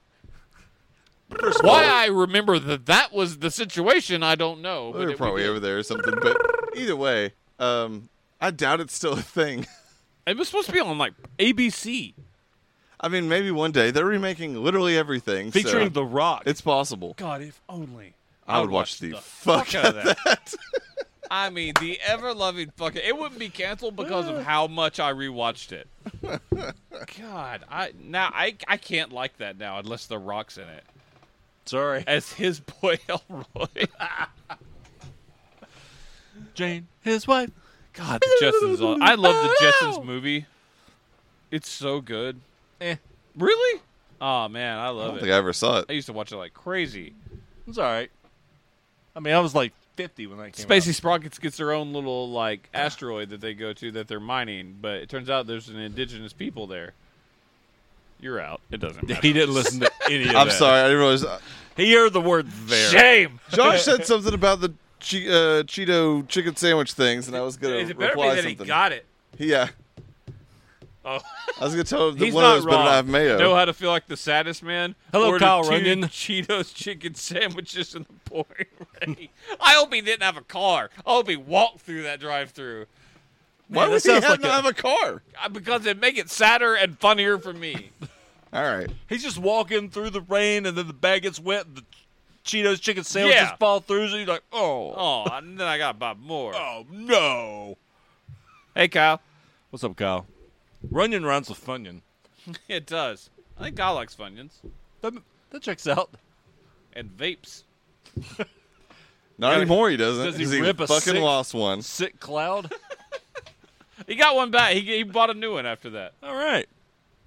[SPEAKER 2] Why
[SPEAKER 1] Oh.
[SPEAKER 2] I remember that that was the situation, I don't know.
[SPEAKER 1] They're
[SPEAKER 2] it- we
[SPEAKER 1] probably
[SPEAKER 2] did.
[SPEAKER 1] over there or something. But either way, um, I doubt it's still a thing.
[SPEAKER 2] It was supposed to be on like ABC,
[SPEAKER 1] I mean, maybe one day they're remaking literally everything. so
[SPEAKER 3] Featuring The Rock.
[SPEAKER 1] it's possible.
[SPEAKER 2] God, if only.
[SPEAKER 1] I would watch the fuck out of that.
[SPEAKER 2] I mean, the ever loving fucking. It wouldn't be canceled because of how much I rewatched it. God, I now I I can't like that now unless The Rock's in it
[SPEAKER 3] Sorry.
[SPEAKER 2] as his boy Elroy.
[SPEAKER 3] Jane, his wife.
[SPEAKER 2] God, the Jetsons. are- I love
[SPEAKER 3] Oh,
[SPEAKER 2] the Jetsons movie. It's so good.
[SPEAKER 3] Eh,
[SPEAKER 2] Really? Oh man, I
[SPEAKER 1] I
[SPEAKER 2] love
[SPEAKER 1] don't
[SPEAKER 2] it.
[SPEAKER 1] think I ever saw
[SPEAKER 2] I
[SPEAKER 1] it.
[SPEAKER 2] used to watch it like crazy.
[SPEAKER 3] it's all right. I mean, I was like 50 when that came
[SPEAKER 2] Spacey Sprockets gets their own little like asteroid that they go to that they're mining, but it turns out there's an indigenous people there. You're out. It doesn't
[SPEAKER 3] out.
[SPEAKER 2] matter.
[SPEAKER 3] He didn't listen to any of that.
[SPEAKER 1] I'm sorry. I didn't realize.
[SPEAKER 3] He heard the word there.
[SPEAKER 2] Shame.
[SPEAKER 1] Josh said something about the che- uh, Cheeto chicken sandwich things, and I was going
[SPEAKER 2] Is
[SPEAKER 1] to
[SPEAKER 2] it better be
[SPEAKER 1] reply
[SPEAKER 2] that he
[SPEAKER 1] something.
[SPEAKER 2] got it?
[SPEAKER 1] yeah.
[SPEAKER 2] Oh,
[SPEAKER 1] I was going to tell him that
[SPEAKER 2] he's
[SPEAKER 1] one
[SPEAKER 2] not
[SPEAKER 1] of those
[SPEAKER 2] wrong.
[SPEAKER 1] better have mayo.
[SPEAKER 2] Know how to feel like the saddest man.
[SPEAKER 3] Hello,
[SPEAKER 2] Ordered
[SPEAKER 3] Kyle
[SPEAKER 2] two
[SPEAKER 3] Runyon.
[SPEAKER 2] Cheetos chicken sandwiches in the pouring rain. I hope he didn't have a car. I hope he walked through that drive-through Uh,
[SPEAKER 1] Why
[SPEAKER 3] Man,
[SPEAKER 1] would
[SPEAKER 3] that
[SPEAKER 1] he
[SPEAKER 3] sounds
[SPEAKER 1] have
[SPEAKER 3] like
[SPEAKER 1] not
[SPEAKER 3] a-
[SPEAKER 1] have a car?
[SPEAKER 2] because it'd make it sadder and funnier for me.
[SPEAKER 1] All right.
[SPEAKER 3] He's just walking through the rain, and then the bag gets wet, and the Cheetos chicken sandwiches
[SPEAKER 2] Yeah.
[SPEAKER 3] fall through, so he's like, oh,
[SPEAKER 2] Oh, and then I got Bob Moore.
[SPEAKER 3] oh, no.
[SPEAKER 2] Hey, Kyle.
[SPEAKER 3] What's up, Kyle? Runyon rhymes with Funyon.
[SPEAKER 2] It does. I think Kyle likes Funyuns
[SPEAKER 3] That, that checks out.
[SPEAKER 2] and vapes.
[SPEAKER 1] Not
[SPEAKER 2] Gotta-
[SPEAKER 1] anymore, he doesn't.
[SPEAKER 3] does he
[SPEAKER 1] 'cause
[SPEAKER 3] rip a
[SPEAKER 1] fucking
[SPEAKER 3] six-
[SPEAKER 1] lost one.
[SPEAKER 3] Sick cloud.
[SPEAKER 2] He got one back. He, he bought a new one after that.
[SPEAKER 3] All right.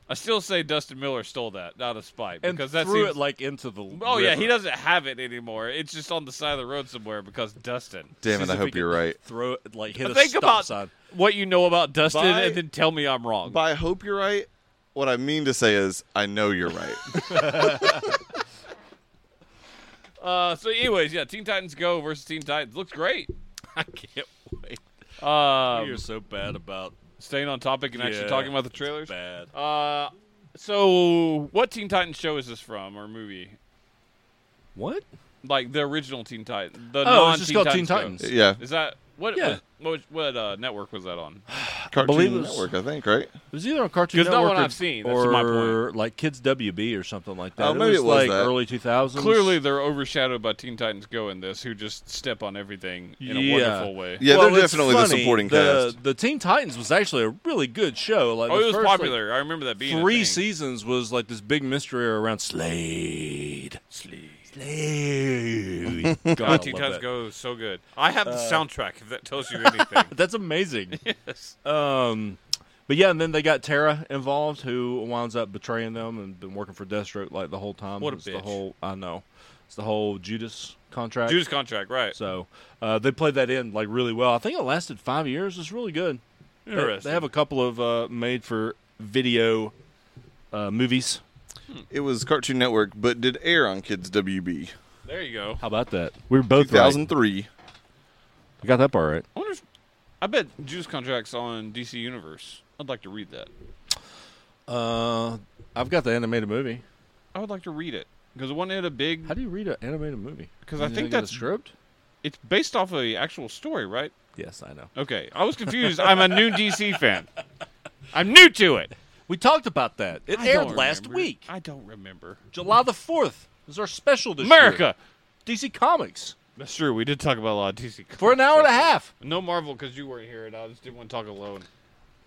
[SPEAKER 2] I still say Dustin Miller stole that out of spite
[SPEAKER 3] And
[SPEAKER 2] because that
[SPEAKER 3] threw
[SPEAKER 2] seems.
[SPEAKER 3] it like into the.
[SPEAKER 2] oh yeah, he
[SPEAKER 3] river.
[SPEAKER 2] doesn't have it anymore. It's just on the side of the road somewhere because Dustin.
[SPEAKER 1] Damn it,
[SPEAKER 3] Sees
[SPEAKER 1] I
[SPEAKER 3] if he
[SPEAKER 1] hope
[SPEAKER 3] can
[SPEAKER 1] you're right.
[SPEAKER 3] Throw it like hit a
[SPEAKER 2] Think
[SPEAKER 3] stop
[SPEAKER 2] about
[SPEAKER 3] sign.
[SPEAKER 2] what you know about Dustin,
[SPEAKER 1] By-
[SPEAKER 2] and then tell me I'm wrong.
[SPEAKER 1] By hope you're right, what I mean to say is, I know you're right.
[SPEAKER 2] Uh, so, anyways, yeah, Teen Titans Go versus Teen Titans looks great.
[SPEAKER 3] I can't wait.
[SPEAKER 2] Um,
[SPEAKER 3] You're so bad about
[SPEAKER 2] staying on topic and actually
[SPEAKER 3] Yeah,
[SPEAKER 2] talking about the
[SPEAKER 3] it's
[SPEAKER 2] trailers.
[SPEAKER 3] Bad.
[SPEAKER 2] Uh, so what Teen Titans show is this from or movie?
[SPEAKER 3] What?
[SPEAKER 2] Like the original Teen Titans, the
[SPEAKER 3] Oh,
[SPEAKER 2] non
[SPEAKER 3] it's just called Teen
[SPEAKER 2] Go.
[SPEAKER 3] Titans.
[SPEAKER 1] yeah.
[SPEAKER 2] Is that what?
[SPEAKER 3] Yeah.
[SPEAKER 2] What, what, what, uh, network was that on?
[SPEAKER 1] Cartoon
[SPEAKER 3] believe it was-
[SPEAKER 1] Network, I think, right?
[SPEAKER 3] It was either on Cartoon
[SPEAKER 2] 'Cause not
[SPEAKER 3] Network
[SPEAKER 2] one
[SPEAKER 3] or,
[SPEAKER 2] I've seen, that's
[SPEAKER 3] or
[SPEAKER 2] my point.
[SPEAKER 3] like Kids WB or something like that.
[SPEAKER 1] Oh, maybe
[SPEAKER 3] was
[SPEAKER 1] it was
[SPEAKER 3] like
[SPEAKER 1] that.
[SPEAKER 3] early 2000s.
[SPEAKER 2] Clearly, they're overshadowed by Teen Titans Go in this, who just step on everything in a
[SPEAKER 3] Yeah.
[SPEAKER 2] wonderful way.
[SPEAKER 1] Yeah,
[SPEAKER 3] Well,
[SPEAKER 1] they're
[SPEAKER 3] it's
[SPEAKER 1] definitely the
[SPEAKER 3] funny,
[SPEAKER 1] supporting
[SPEAKER 3] the,
[SPEAKER 1] cast.
[SPEAKER 3] The Teen Titans was actually a really good show. Like
[SPEAKER 2] Oh,
[SPEAKER 3] the
[SPEAKER 2] it was
[SPEAKER 3] first, like,
[SPEAKER 2] popular. I remember that being a
[SPEAKER 3] three
[SPEAKER 2] thing.
[SPEAKER 3] seasons was like this big mystery around Slade. Slade. Slade. God, I
[SPEAKER 2] God, Teen
[SPEAKER 3] love
[SPEAKER 2] Titans
[SPEAKER 3] that. Uh,
[SPEAKER 2] Go is so good. I have the soundtrack. If that tells you anything.
[SPEAKER 3] That's amazing.
[SPEAKER 2] Yes.
[SPEAKER 3] Um, but yeah, and then they got Tara involved, who winds up betraying them and been working for Deathstroke like the whole time.
[SPEAKER 2] What a
[SPEAKER 3] it's The
[SPEAKER 2] bitch.
[SPEAKER 3] whole I know, it's the whole Judas contract.
[SPEAKER 2] Judas contract, right?
[SPEAKER 3] So uh, they played that in like really well. I think it lasted five years. It's really good. They- They,
[SPEAKER 2] Interesting.
[SPEAKER 3] have a couple of uh, made for video uh, movies.
[SPEAKER 1] It was Cartoon Network, but did air on Kids WB.
[SPEAKER 2] there you go.
[SPEAKER 3] How about that? We were both right.
[SPEAKER 1] 2003.
[SPEAKER 3] We got that part right.
[SPEAKER 2] I wonder. If, I bet Judas contracts on DC Universe. I'd like to read that.
[SPEAKER 3] Uh, I've got the animated movie.
[SPEAKER 2] I would like to read it because wasn't it a big?
[SPEAKER 3] How do you read an animated movie?
[SPEAKER 2] 'Cause I
[SPEAKER 3] You
[SPEAKER 2] think
[SPEAKER 3] get a
[SPEAKER 2] that's-
[SPEAKER 3] script.
[SPEAKER 2] It's based off a actual story, right?
[SPEAKER 3] Yes, I know.
[SPEAKER 2] Okay, I was confused. I'm a new DC fan. I'm new to it.
[SPEAKER 3] We talked about that. It
[SPEAKER 2] I
[SPEAKER 3] aired
[SPEAKER 2] don't
[SPEAKER 3] last
[SPEAKER 2] remember.
[SPEAKER 3] week.
[SPEAKER 2] I don't remember.
[SPEAKER 3] July the 4th is our special this year.
[SPEAKER 2] America.
[SPEAKER 3] DC Comics.
[SPEAKER 2] That's true. We did talk about a lot of DC
[SPEAKER 3] for an hour and a half.
[SPEAKER 2] No Marvel because you weren't here, and I just didn't want to talk alone.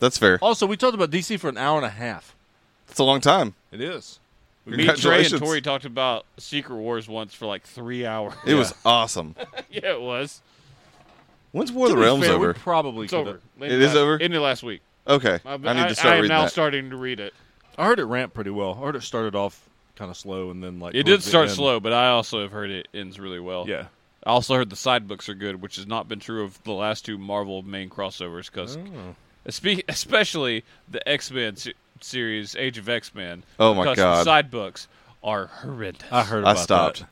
[SPEAKER 1] That's fair.
[SPEAKER 3] Also, we talked about DC for an hour and a half.
[SPEAKER 1] It's a long time.
[SPEAKER 3] It is.
[SPEAKER 1] We
[SPEAKER 2] Me, Trey, and
[SPEAKER 1] Congratulations.
[SPEAKER 2] Tori talked about Secret Wars once for like three hours.
[SPEAKER 1] It was awesome.
[SPEAKER 2] yeah, it was.
[SPEAKER 1] When's War of the Realms
[SPEAKER 3] Fair, we
[SPEAKER 1] over?
[SPEAKER 3] probably
[SPEAKER 2] It's
[SPEAKER 3] coulda-
[SPEAKER 2] over.
[SPEAKER 1] It is over?
[SPEAKER 2] Ended last week.
[SPEAKER 1] Okay,
[SPEAKER 2] I,
[SPEAKER 1] I
[SPEAKER 2] I,
[SPEAKER 1] need to start
[SPEAKER 2] I am
[SPEAKER 1] reading
[SPEAKER 2] now
[SPEAKER 1] that.
[SPEAKER 2] starting to read it.
[SPEAKER 3] I heard it ramp pretty well. I heard it started off kind of slow and then like
[SPEAKER 2] It did
[SPEAKER 3] towards the
[SPEAKER 2] start
[SPEAKER 3] end-
[SPEAKER 2] slow, but I also have heard it ends really well.
[SPEAKER 3] Yeah.
[SPEAKER 2] I also heard the side books are good, which has not been true of the last two Marvel main crossovers, because
[SPEAKER 1] Oh.
[SPEAKER 2] especially the X Men se- series, Age of X Men.
[SPEAKER 1] Oh my
[SPEAKER 2] because The
[SPEAKER 1] God.
[SPEAKER 2] side books are horrendous.
[SPEAKER 3] I heard.
[SPEAKER 1] I
[SPEAKER 3] About
[SPEAKER 1] stopped.
[SPEAKER 3] that.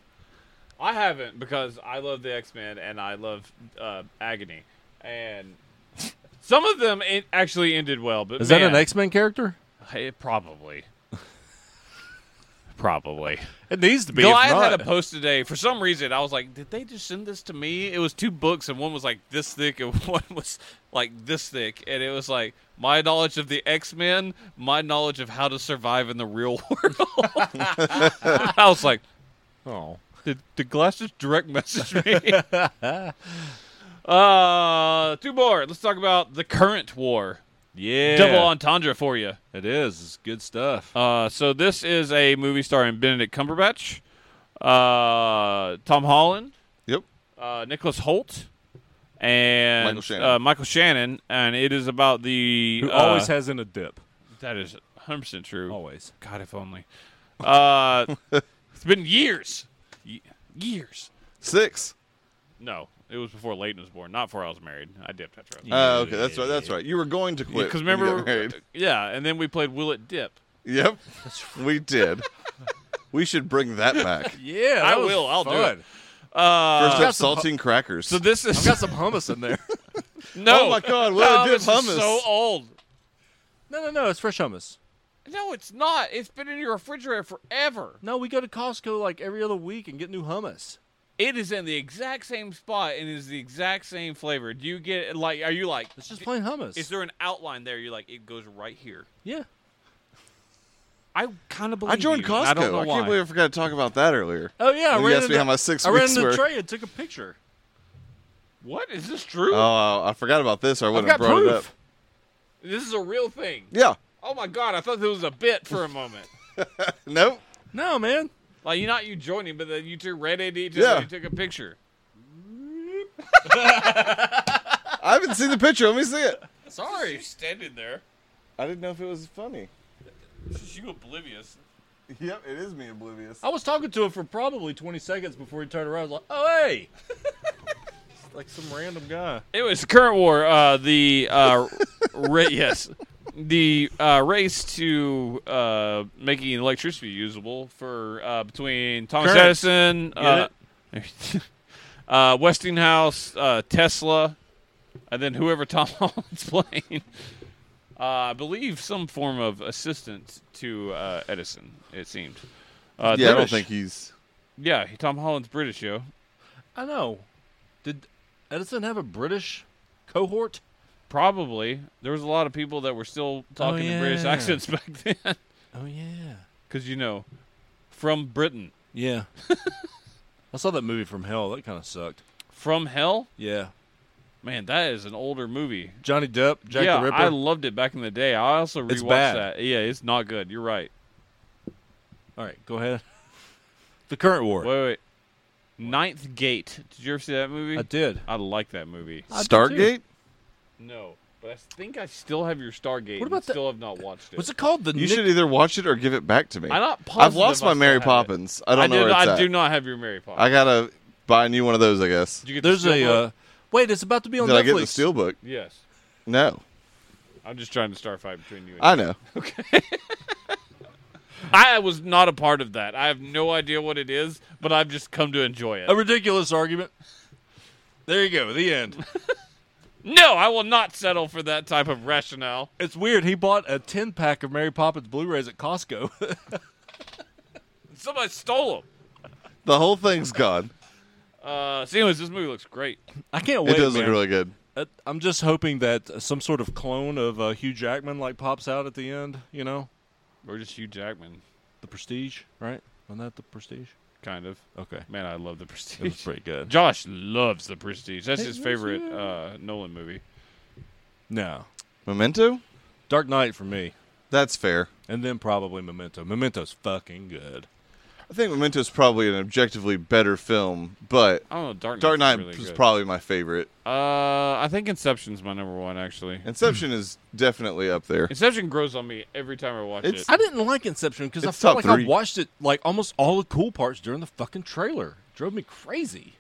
[SPEAKER 2] I haven't because I love the X Men and I love uh, Agony, and some of them it actually ended well. But
[SPEAKER 3] Is that
[SPEAKER 2] man,
[SPEAKER 3] an X Men character?
[SPEAKER 2] It probably. Probably.
[SPEAKER 3] It needs to be.
[SPEAKER 2] Goliath had a post today. For some reason, I was like, "Did they just send this to me?" It was two books, and one was like this thick, and one was like this thick, and it was like my knowledge of the X Men, my knowledge of how to survive in the real world. I was like,
[SPEAKER 3] oh.
[SPEAKER 2] "Did did Glass just direct message me?" uh, two more. Let's talk about the current war.
[SPEAKER 3] Yeah.
[SPEAKER 2] Double entendre for you.
[SPEAKER 3] It is. It's good stuff.
[SPEAKER 2] Uh, so this is a movie starring Benedict Cumberbatch, uh, Tom Holland,
[SPEAKER 1] Yep.
[SPEAKER 2] uh, Nicholas Holt, and
[SPEAKER 1] Michael Shannon.
[SPEAKER 2] Uh, Michael Shannon, and it is about the
[SPEAKER 3] Who
[SPEAKER 2] uh,
[SPEAKER 3] always has in a dip.
[SPEAKER 2] that is 100 percent true.
[SPEAKER 3] Always.
[SPEAKER 2] God, if only. Uh, it's been years, Ye- years.
[SPEAKER 1] Six.
[SPEAKER 2] No, it was before Leighton was born, not before I was married. I dipped after I was married.
[SPEAKER 1] Uh, okay, that's right. That's right. You were going to quit.
[SPEAKER 2] Because
[SPEAKER 1] when you got
[SPEAKER 2] remember,
[SPEAKER 1] married.
[SPEAKER 2] yeah, and then we played Will It Dip.
[SPEAKER 1] Yep. We did. we should bring that back.
[SPEAKER 3] Yeah.
[SPEAKER 2] I will. I'll do it. Uh,
[SPEAKER 1] First
[SPEAKER 3] got
[SPEAKER 1] up,
[SPEAKER 3] some-
[SPEAKER 1] saltine crackers.
[SPEAKER 2] so this is
[SPEAKER 3] I've got some hummus in there.
[SPEAKER 2] no.
[SPEAKER 1] Oh my God, Will It
[SPEAKER 2] Tom,
[SPEAKER 1] Dip
[SPEAKER 2] this is
[SPEAKER 1] hummus.
[SPEAKER 2] so old.
[SPEAKER 3] no, no, no. It's fresh hummus.
[SPEAKER 2] No, it's not. It's been in your refrigerator forever.
[SPEAKER 3] No, we go to Costco like every other week and get new hummus.
[SPEAKER 2] It is in the exact same spot and is the exact same flavor. Do you get it? like? Are you like?
[SPEAKER 3] It's just plain hummus.
[SPEAKER 2] Is there an outline there? You're like, it goes right here.
[SPEAKER 3] yeah.
[SPEAKER 2] I kind of believe.
[SPEAKER 1] I joined
[SPEAKER 2] you,
[SPEAKER 1] Costco.
[SPEAKER 2] and I don't know why.
[SPEAKER 1] can't believe I forgot to talk about that earlier.
[SPEAKER 3] Oh yeah. I
[SPEAKER 1] You
[SPEAKER 3] ran
[SPEAKER 1] asked me
[SPEAKER 3] into-
[SPEAKER 1] how my six
[SPEAKER 3] I ran
[SPEAKER 1] weeks
[SPEAKER 3] into
[SPEAKER 1] were.
[SPEAKER 3] Trey and took a picture.
[SPEAKER 2] what is this true?
[SPEAKER 1] Oh, I forgot about this. Or I
[SPEAKER 3] I've
[SPEAKER 1] wouldn't
[SPEAKER 3] got
[SPEAKER 1] have brought
[SPEAKER 3] proof.
[SPEAKER 1] it up.
[SPEAKER 2] this is a real thing.
[SPEAKER 1] Yeah.
[SPEAKER 2] Oh my god! I thought this was a bit for a moment.
[SPEAKER 1] Nope.
[SPEAKER 3] No, man.
[SPEAKER 2] like you not you joining, but then you two ran into each
[SPEAKER 1] Yeah.
[SPEAKER 2] other. and You took a picture.
[SPEAKER 1] I haven't seen the picture. Let me see it.
[SPEAKER 2] Sorry, standing there.
[SPEAKER 1] I didn't know if it was funny.
[SPEAKER 2] You oblivious.
[SPEAKER 1] Yep, it is me oblivious.
[SPEAKER 3] I was talking to him for probably 20 seconds before he turned around. I was like, oh, hey. like some random guy.
[SPEAKER 2] It was current war. Uh, the uh, ra- yes, the uh, race to uh, making electricity usable for uh, between Thomas
[SPEAKER 3] Current.
[SPEAKER 2] Edison, uh, uh, Westinghouse, uh, Tesla, and then whoever Tom Holland's playing. Uh, I believe some form of assistant to uh, Edison. It seemed. Uh,
[SPEAKER 1] yeah, I don't
[SPEAKER 2] British.
[SPEAKER 1] think he's.
[SPEAKER 2] Yeah, Tom Holland's British, yo.
[SPEAKER 3] I know. Did Edison have a British cohort?
[SPEAKER 2] Probably. There was a lot of people that were still talking in British
[SPEAKER 3] Oh, yeah.
[SPEAKER 2] accents back then.
[SPEAKER 3] Oh, yeah.
[SPEAKER 2] Because, you know, from Britain.
[SPEAKER 3] Yeah. I saw that movie from hell. That kind of sucked.
[SPEAKER 2] From Hell?
[SPEAKER 3] Yeah.
[SPEAKER 2] Man, that is an older movie.
[SPEAKER 3] Johnny Depp, Jack
[SPEAKER 2] yeah,
[SPEAKER 3] the Ripper.
[SPEAKER 2] I loved it back in the day. I also
[SPEAKER 3] It's
[SPEAKER 2] rewatched
[SPEAKER 3] bad.
[SPEAKER 2] that. Yeah, it's not good. You're right.
[SPEAKER 3] All right, go ahead. The current war.
[SPEAKER 2] Wait, wait. wait. Ninth Gate. Did you ever see that movie?
[SPEAKER 3] I did.
[SPEAKER 2] I like that movie.
[SPEAKER 3] I did
[SPEAKER 1] Stargate?
[SPEAKER 2] No, but I think I still have your Stargate.
[SPEAKER 3] What about
[SPEAKER 2] and
[SPEAKER 3] the-
[SPEAKER 2] still have not watched it.
[SPEAKER 3] What's it called? The
[SPEAKER 1] You
[SPEAKER 3] Nick-
[SPEAKER 1] should either watch it or give it back to me.
[SPEAKER 2] I'm not
[SPEAKER 1] I've
[SPEAKER 2] positive
[SPEAKER 1] lost
[SPEAKER 2] I
[SPEAKER 1] my
[SPEAKER 2] still
[SPEAKER 1] Mary
[SPEAKER 2] have it.
[SPEAKER 1] Poppins. I don't
[SPEAKER 2] I
[SPEAKER 1] know
[SPEAKER 2] do,
[SPEAKER 1] where it's
[SPEAKER 2] I
[SPEAKER 1] at.
[SPEAKER 2] do not have your Mary Poppins.
[SPEAKER 1] I gotta buy a new one of those, I guess.
[SPEAKER 2] Did you get the
[SPEAKER 3] There's a.
[SPEAKER 2] Steelbook?
[SPEAKER 3] Uh, wait, it's about to be on
[SPEAKER 1] Did I get the
[SPEAKER 3] Netflix.
[SPEAKER 1] steelbook?
[SPEAKER 2] yes.
[SPEAKER 1] No,
[SPEAKER 2] I'm just trying to start a fight between you and
[SPEAKER 1] I know.
[SPEAKER 2] I was not a part of that. I have no idea what it is, but I've just come to enjoy it.
[SPEAKER 3] a ridiculous argument. There you go. The end.
[SPEAKER 2] No, I will not settle for that type of rationale.
[SPEAKER 3] It's weird. He bought a 10 pack of Mary Poppins Blu rays at Costco.
[SPEAKER 2] Somebody stole them.
[SPEAKER 1] The whole thing's gone.
[SPEAKER 2] Uh, so anyways, this movie looks great.
[SPEAKER 3] I can't
[SPEAKER 1] It
[SPEAKER 3] wait.
[SPEAKER 1] does
[SPEAKER 3] man.
[SPEAKER 1] look really good.
[SPEAKER 3] Uh, I'm just hoping that uh, some sort of clone of uh, Hugh Jackman like pops out at the end. You know,
[SPEAKER 2] Or just Hugh Jackman.
[SPEAKER 3] the Prestige, right? Wasn't that the Prestige?
[SPEAKER 2] kind of.
[SPEAKER 3] Okay.
[SPEAKER 2] Man, I love the
[SPEAKER 3] It was
[SPEAKER 2] Prestige.
[SPEAKER 3] pretty good.
[SPEAKER 2] Josh loves the Prestige. That's
[SPEAKER 3] It
[SPEAKER 2] his
[SPEAKER 3] was,
[SPEAKER 2] favorite
[SPEAKER 3] yeah.
[SPEAKER 2] uh, Nolan movie.
[SPEAKER 3] No.
[SPEAKER 1] Memento?
[SPEAKER 3] Dark Knight for me.
[SPEAKER 1] That's fair.
[SPEAKER 3] And then probably Memento. Memento's fucking good.
[SPEAKER 1] I think Memento's probably an objectively better film, but
[SPEAKER 2] I don't know. Dark Knight's
[SPEAKER 1] Dark Knight
[SPEAKER 2] really
[SPEAKER 1] is
[SPEAKER 2] good.
[SPEAKER 1] probably my favorite.
[SPEAKER 2] Uh, I think Inception's my number one actually.
[SPEAKER 1] Inception is definitely up there.
[SPEAKER 2] Inception grows on me every time I watch
[SPEAKER 1] It's-
[SPEAKER 2] it.
[SPEAKER 3] I didn't like Inception because I
[SPEAKER 1] It's
[SPEAKER 3] felt
[SPEAKER 1] top
[SPEAKER 3] like
[SPEAKER 1] three.
[SPEAKER 3] I watched it like almost all the cool parts during the fucking trailer. Drove me crazy.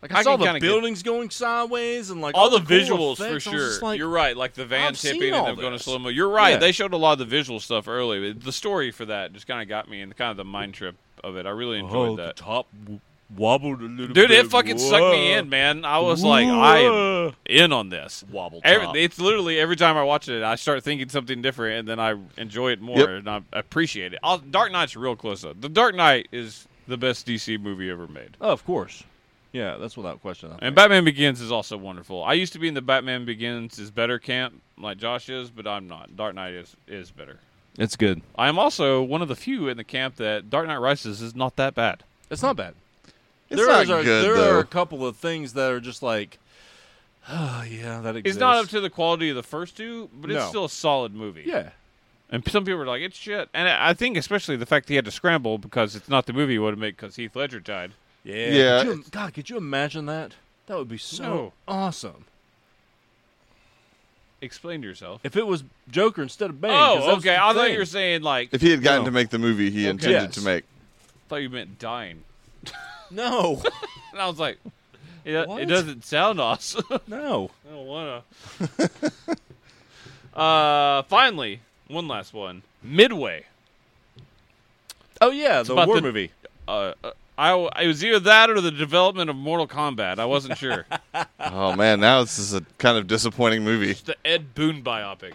[SPEAKER 3] Like I,
[SPEAKER 2] I
[SPEAKER 3] saw
[SPEAKER 2] can
[SPEAKER 3] the
[SPEAKER 2] kinda get-
[SPEAKER 3] buildings going sideways and like
[SPEAKER 2] All the
[SPEAKER 3] cool
[SPEAKER 2] visuals for
[SPEAKER 3] effects. I was
[SPEAKER 2] sure.
[SPEAKER 3] just like,
[SPEAKER 2] You're right, like the van
[SPEAKER 3] I've
[SPEAKER 2] tipping
[SPEAKER 3] seen
[SPEAKER 2] and
[SPEAKER 3] all
[SPEAKER 2] them going to
[SPEAKER 3] this.
[SPEAKER 2] slow mo. You're right.
[SPEAKER 3] Yeah.
[SPEAKER 2] They showed a lot of the visual stuff early. but The story for that just kind of got me and kind of the mind trip of it. I really enjoyed
[SPEAKER 3] oh,
[SPEAKER 2] that.
[SPEAKER 3] the top w- wobbled a little
[SPEAKER 2] Dude,
[SPEAKER 3] bit.
[SPEAKER 2] it fucking sucked me
[SPEAKER 3] Whoa.
[SPEAKER 2] in, man. I was like, I am
[SPEAKER 3] Whoa.
[SPEAKER 2] in on this.
[SPEAKER 3] wobble
[SPEAKER 2] Every,
[SPEAKER 3] top.
[SPEAKER 2] it's literally every time I watch it, I start thinking something different, and then I enjoy it more
[SPEAKER 1] Yep.
[SPEAKER 2] and I appreciate it. I'll, Dark Knight's real close up. The Dark Knight is the best DC movie ever made.
[SPEAKER 3] oh, of course. Yeah, that's without question. I
[SPEAKER 2] And
[SPEAKER 3] think.
[SPEAKER 2] Batman Begins is also wonderful. I used to be in the Batman Begins is better camp, like Josh is, but I'm not. Dark Knight is is better.
[SPEAKER 3] it's good.
[SPEAKER 2] I am also one of the few in the camp that Dark Knight Rises is not that bad.
[SPEAKER 3] It's not bad.
[SPEAKER 1] It's
[SPEAKER 3] there
[SPEAKER 1] not
[SPEAKER 3] is a-
[SPEAKER 1] good
[SPEAKER 3] there
[SPEAKER 1] though.
[SPEAKER 3] are a couple of things that are just like, oh, yeah, that exists.
[SPEAKER 2] It's not up to the quality of the first two, but it's
[SPEAKER 3] No.
[SPEAKER 2] still a solid movie.
[SPEAKER 3] yeah.
[SPEAKER 2] And some people were like, "It's shit," and I I think especially the fact he had to scramble because it's not the movie he would have made because Heath Ledger died.
[SPEAKER 3] Yeah.
[SPEAKER 1] Yeah,
[SPEAKER 3] Could you-
[SPEAKER 1] it's-
[SPEAKER 3] God, could you imagine that? That would be so
[SPEAKER 2] No.
[SPEAKER 3] awesome.
[SPEAKER 2] Explain yourself.
[SPEAKER 3] If it was Joker instead of Bane. 'cause
[SPEAKER 2] oh,
[SPEAKER 3] that's
[SPEAKER 2] okay.
[SPEAKER 3] the
[SPEAKER 2] I thought
[SPEAKER 3] thing.
[SPEAKER 2] you were saying like
[SPEAKER 1] If he had gotten
[SPEAKER 3] No.
[SPEAKER 1] to make the movie he intended
[SPEAKER 3] Yes.
[SPEAKER 1] to make,
[SPEAKER 2] thought you meant dying,
[SPEAKER 3] No.
[SPEAKER 2] and I was like, "It, it
[SPEAKER 3] What?
[SPEAKER 2] doesn't sound awesome."
[SPEAKER 3] no.
[SPEAKER 2] I don't wanna. uh, finally, one last one. Midway.
[SPEAKER 3] Oh, yeah, the
[SPEAKER 2] about
[SPEAKER 3] war
[SPEAKER 2] the-
[SPEAKER 3] movie.
[SPEAKER 2] Uh, uh, I w- it was either that or the development of Mortal Kombat. I wasn't sure.
[SPEAKER 1] oh man, now this is a kind of disappointing movie.
[SPEAKER 2] It's the Ed Boon biopic.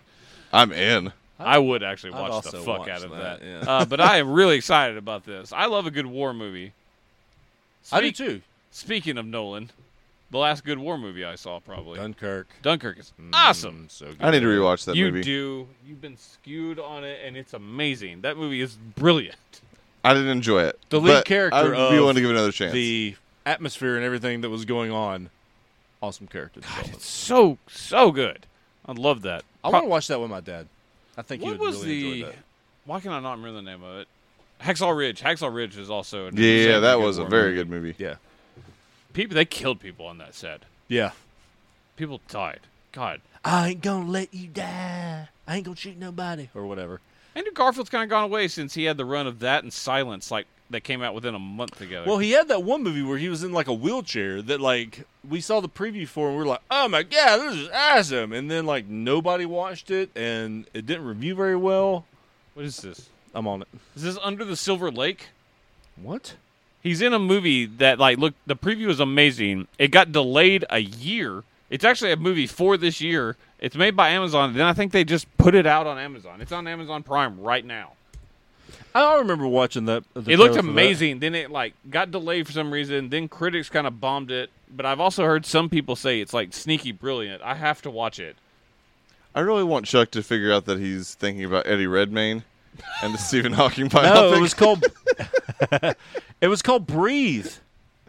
[SPEAKER 1] I'm in.
[SPEAKER 2] I would actually
[SPEAKER 3] I'd
[SPEAKER 2] watch the
[SPEAKER 3] also
[SPEAKER 2] fuck
[SPEAKER 3] watch
[SPEAKER 2] out of that.
[SPEAKER 3] that, yeah.
[SPEAKER 2] Uh, but I am really excited about this. I love a good war movie.
[SPEAKER 3] I do
[SPEAKER 2] Speak-
[SPEAKER 3] too.
[SPEAKER 2] Speaking of Nolan, the last good war movie I saw probably
[SPEAKER 3] Dunkirk.
[SPEAKER 2] Dunkirk is awesome.
[SPEAKER 3] Mm, so good.
[SPEAKER 1] I need to rewatch that
[SPEAKER 2] you
[SPEAKER 1] movie.
[SPEAKER 2] do. You've been skewed on it, and it's amazing. That movie is brilliant.
[SPEAKER 1] I didn't enjoy it.
[SPEAKER 3] The lead
[SPEAKER 1] but
[SPEAKER 3] character
[SPEAKER 1] I would be
[SPEAKER 3] of
[SPEAKER 1] willing to give it another chance.
[SPEAKER 3] The atmosphere and everything that was going on. Awesome character. development.
[SPEAKER 2] so so good. I love that.
[SPEAKER 3] I want to watch that with my dad. I think he
[SPEAKER 2] what
[SPEAKER 3] would
[SPEAKER 2] was
[SPEAKER 3] really
[SPEAKER 2] the?
[SPEAKER 3] enjoy that.
[SPEAKER 2] Why can I not remember the name of it? Hacksaw Ridge. Hacksaw Ridge is also an
[SPEAKER 1] yeah,
[SPEAKER 2] insanely
[SPEAKER 1] that
[SPEAKER 2] good
[SPEAKER 1] was a
[SPEAKER 2] war
[SPEAKER 1] very
[SPEAKER 2] movie.
[SPEAKER 1] good movie.
[SPEAKER 3] Yeah.
[SPEAKER 2] People they killed people on that set.
[SPEAKER 3] Yeah.
[SPEAKER 2] People died. God.
[SPEAKER 3] I ain't gonna let you die. I ain't gonna shoot nobody or whatever.
[SPEAKER 2] Andrew Garfield's kind of gone away since he had the run of that and Silence, like that came out within a month together.
[SPEAKER 3] Well, he had that one movie where he was in like a wheelchair that like we saw the preview for and we were like, "Oh my god, this is awesome!" And then like nobody watched it and it didn't review very well.
[SPEAKER 2] what is this?
[SPEAKER 3] I'm on it.
[SPEAKER 2] Is this Under the Silver Lake?
[SPEAKER 3] What?
[SPEAKER 2] He's in a movie that like look the preview is amazing. It got delayed a year. It's actually a movie for this year. It's made by Amazon. Then I think they just put it out on Amazon. It's on Amazon Prime right now.
[SPEAKER 3] I don't remember watching that. the
[SPEAKER 2] it
[SPEAKER 3] trailer
[SPEAKER 2] looked
[SPEAKER 3] for that.
[SPEAKER 2] amazing. Then it like got delayed for some reason. Then critics kind of bombed it. But I've also heard some people say it's like sneaky brilliant. I have to watch it.
[SPEAKER 1] I really want Chuck to figure out that he's thinking about Eddie Redmayne and the Stephen Hawking biopic.
[SPEAKER 3] No, it was called. it was called Breathe.